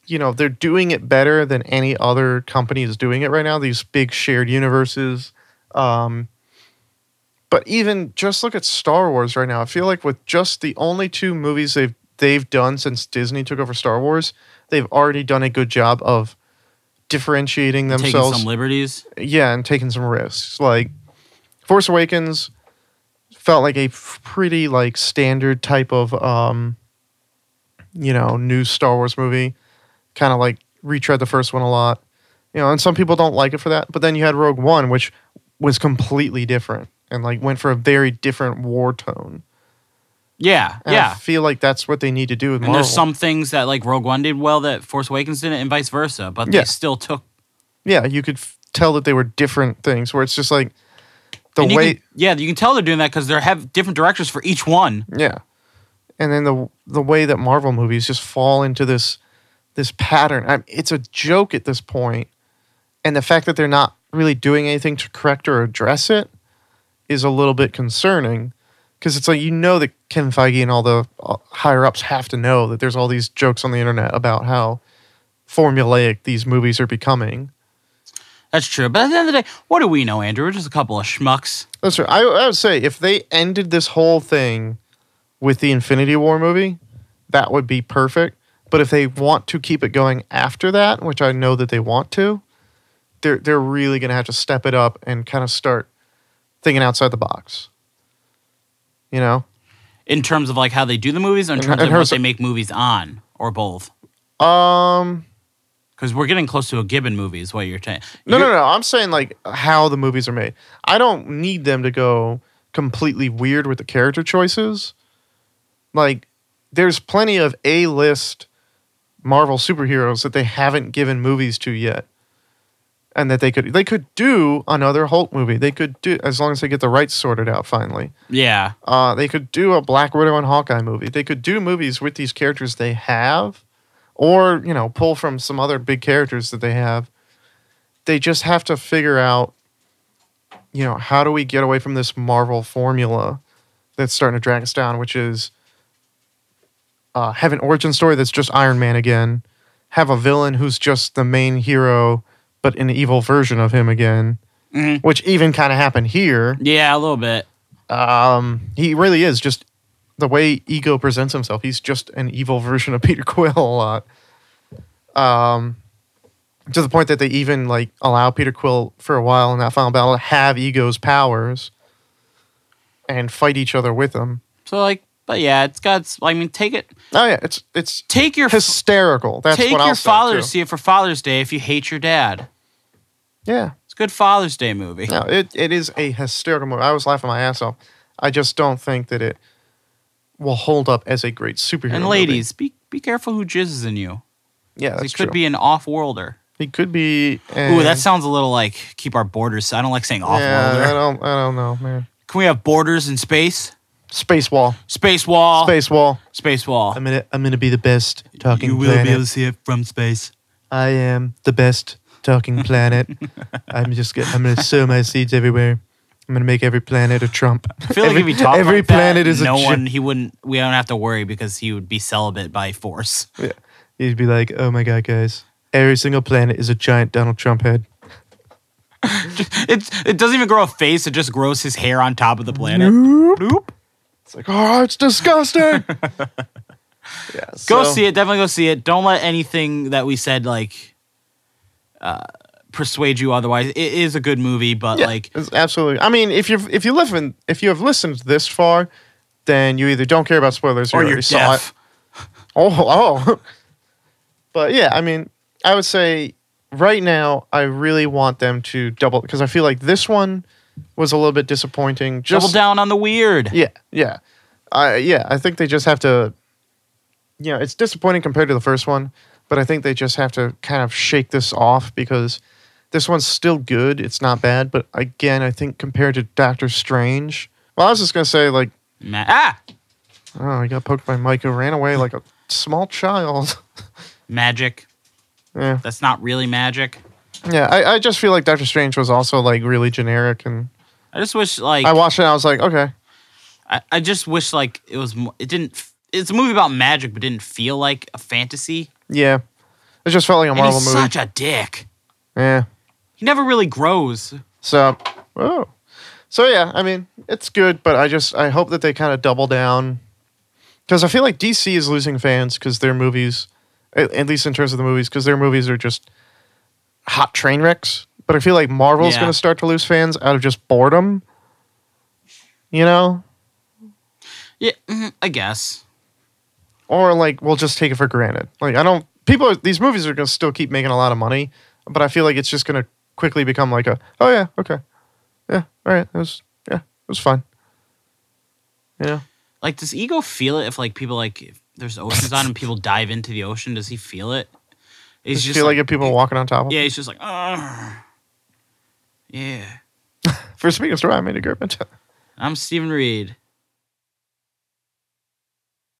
Speaker 1: you know they're doing it better than any other company is doing it right now. These big shared universes. Um, but even just look at Star Wars right now. I feel like with just the only two movies they've they've done since Disney took over Star Wars, they've already done a good job of differentiating
Speaker 2: taking
Speaker 1: themselves
Speaker 2: some liberties
Speaker 1: yeah, and taking some risks. Like Force Awakens felt like a f- pretty like standard type of um you know, new Star Wars movie. Kind of like retread the first one a lot. You know, and some people don't like it for that, but then you had Rogue One which was completely different and like went for a very different war tone.
Speaker 2: yeah
Speaker 1: And I
Speaker 2: yeah
Speaker 1: feel like that's what they need to do with
Speaker 2: and
Speaker 1: Marvel.
Speaker 2: there's some things that like rogue one did well that force awakens didn't and vice versa but
Speaker 1: Yeah.
Speaker 2: they still took
Speaker 1: yeah, you could f- tell that they were different things where it's just like the
Speaker 2: and you
Speaker 1: way
Speaker 2: can, yeah you can tell they're doing that because they have different directors for each one
Speaker 1: Yeah, and then the the way that Marvel movies just fall into this this pattern. I, it's a joke at this point, and the fact that they're not really doing anything to correct or address it is a little bit concerning because it's like you know that Ken Feige and all the uh, higher ups have to know that there's all these jokes on the internet about how formulaic these movies are becoming.
Speaker 2: That's true. But at the end of the day, what do we know, Andrew? We're just a couple of schmucks.
Speaker 1: That's right. I, I would say if they ended this whole thing with the Infinity War movie, that would be perfect. But if they want to keep it going after that, which I know that they want to, they're they're really going to have to step it up and kind of start thinking outside the box. You know,
Speaker 2: In terms of like how they do the movies, or in
Speaker 1: And-
Speaker 2: terms
Speaker 1: and
Speaker 2: of what
Speaker 1: hers-
Speaker 2: they make movies on, or both.
Speaker 1: um,
Speaker 2: Because we're getting close to a Gibbon movie, is what you're saying.
Speaker 1: no, no, no. I'm saying like how the movies are made. I don't need them to go completely weird with the character choices. Like, there's plenty of A-list Marvel superheroes that they haven't given movies to yet, and that they could they could do another Hulk movie. They could do as long as they get the rights sorted out finally.
Speaker 2: Yeah.
Speaker 1: Uh, they could do a Black Widow and Hawkeye movie. They could do movies with these characters they have, or you know, pull from some other big characters that they have. They just have to figure out, you know, how do we get away from this Marvel formula that's starting to drag us down, which is uh, have an origin story that's just Iron Man again, have a villain who's just the main hero, but an evil version of him again,
Speaker 2: Mhm.
Speaker 1: which even kind of happened here
Speaker 2: Yeah, a little bit.
Speaker 1: um, he really is just the way ego presents himself. He's just an evil version of Peter Quill a lot. Um, to the point that they even like allow Peter Quill for a while in that final battle to have ego's powers and fight each other with him.
Speaker 2: So like, but yeah, it's got. I mean, take it.
Speaker 1: Oh yeah, it's it's
Speaker 2: Take your
Speaker 1: hysterical. That's
Speaker 2: take
Speaker 1: what I'll
Speaker 2: your
Speaker 1: say,
Speaker 2: father
Speaker 1: too.
Speaker 2: to see it for Father's Day if you hate your dad.
Speaker 1: Yeah,
Speaker 2: It's a good Father's Day movie.
Speaker 1: no, it it is a hysterical movie. I was laughing my ass off. I just don't think that it will hold up as a great superhero.
Speaker 2: and
Speaker 1: movie.
Speaker 2: ladies, be be careful who jizzes in you.
Speaker 1: yeah,
Speaker 2: 'cause
Speaker 1: that's
Speaker 2: It could
Speaker 1: true.
Speaker 2: be an off-worlder.
Speaker 1: He could be.
Speaker 2: Ooh, that
Speaker 1: an-
Speaker 2: sounds a little like keep our borders. I don't like saying off-worlder.
Speaker 1: Yeah, I don't. I don't know, man.
Speaker 2: Can we have borders in space?
Speaker 1: Space wall.
Speaker 2: Space wall. Space,
Speaker 1: Space wall.
Speaker 2: wall.
Speaker 1: Oh. I'm gonna. I'm gonna be the best talking
Speaker 2: you will
Speaker 1: planet.
Speaker 2: be able to see it from space.
Speaker 1: I am the best talking planet. I'm just. Gonna, I'm gonna sow my seeds everywhere. I'm gonna make every planet a Trump.
Speaker 2: I feel
Speaker 1: every,
Speaker 2: like if he talked
Speaker 1: every
Speaker 2: like that,
Speaker 1: planet is
Speaker 2: no
Speaker 1: a
Speaker 2: one.
Speaker 1: one.
Speaker 2: He wouldn't. We don't have to worry because he would be celibate by force.
Speaker 1: He'd be like, oh my god, guys. Every single planet is a giant Donald Trump head.
Speaker 2: It it doesn't even grow a face. It just grows his hair on top of the planet.
Speaker 1: Nope.
Speaker 2: Boop.
Speaker 1: It's like, oh, it's disgusting. yeah. so-
Speaker 2: Go see it. Definitely go see it. Don't let anything that we said like uh, persuade you otherwise. It is a good movie, but
Speaker 1: Yeah,
Speaker 2: like
Speaker 1: it's absolutely. I mean, if you if you live in if you have listened this far, then you either don't care about spoilers or you already saw it.
Speaker 2: deaf.
Speaker 1: Oh, oh. but yeah, I mean, I would say right now I really want them to double because I feel like this one was a little bit disappointing. Just
Speaker 2: Double down on the weird.
Speaker 1: yeah, yeah, I yeah. I think they just have to. You know, it's disappointing compared to the first one, but I think they just have to kind of shake this off because this one's still good. It's not bad, but again, I think compared to Doctor Strange, well, I was just gonna say like,
Speaker 2: Ma- ah,
Speaker 1: oh, I got poked by Mike who ran away like a small child.
Speaker 2: magic.
Speaker 1: yeah,
Speaker 2: That's not really magic.
Speaker 1: yeah. I, I just feel like Doctor Strange was also like really generic, and
Speaker 2: I just wish like
Speaker 1: I watched it. and I was like, okay,
Speaker 2: I, I just wish like it was mo- it didn't f- it's a movie about magic but didn't feel like a fantasy.
Speaker 1: yeah. It just felt like a
Speaker 2: And
Speaker 1: Marvel
Speaker 2: he's
Speaker 1: movie.
Speaker 2: such a dick.
Speaker 1: yeah.
Speaker 2: He never really grows.
Speaker 1: So, oh, so yeah. I mean, it's good, but I just I hope that they kind of double down because I feel like DC is losing fans because their movies, at, at least in terms of the movies, because their movies are just hot train wrecks. But I feel like Marvel's
Speaker 2: Yeah.
Speaker 1: going to start to lose fans out of just boredom. You know,
Speaker 2: Yeah, mhm, I guess.
Speaker 1: or like we'll just take it for granted. Like I don't people are, these movies are going to still keep making a lot of money, but I feel like it's just going to quickly become like a oh yeah okay yeah all right that was yeah it was fun. Yeah,
Speaker 2: Like does ego feel it if like people like if there's oceans on and people dive into the ocean, does he feel it? He's
Speaker 1: just, feel like, if people are walking on top of.
Speaker 2: Yeah, he's just like "Argh." Yeah.
Speaker 1: For speaking of story, I made a group.
Speaker 2: I'm Steven Reed.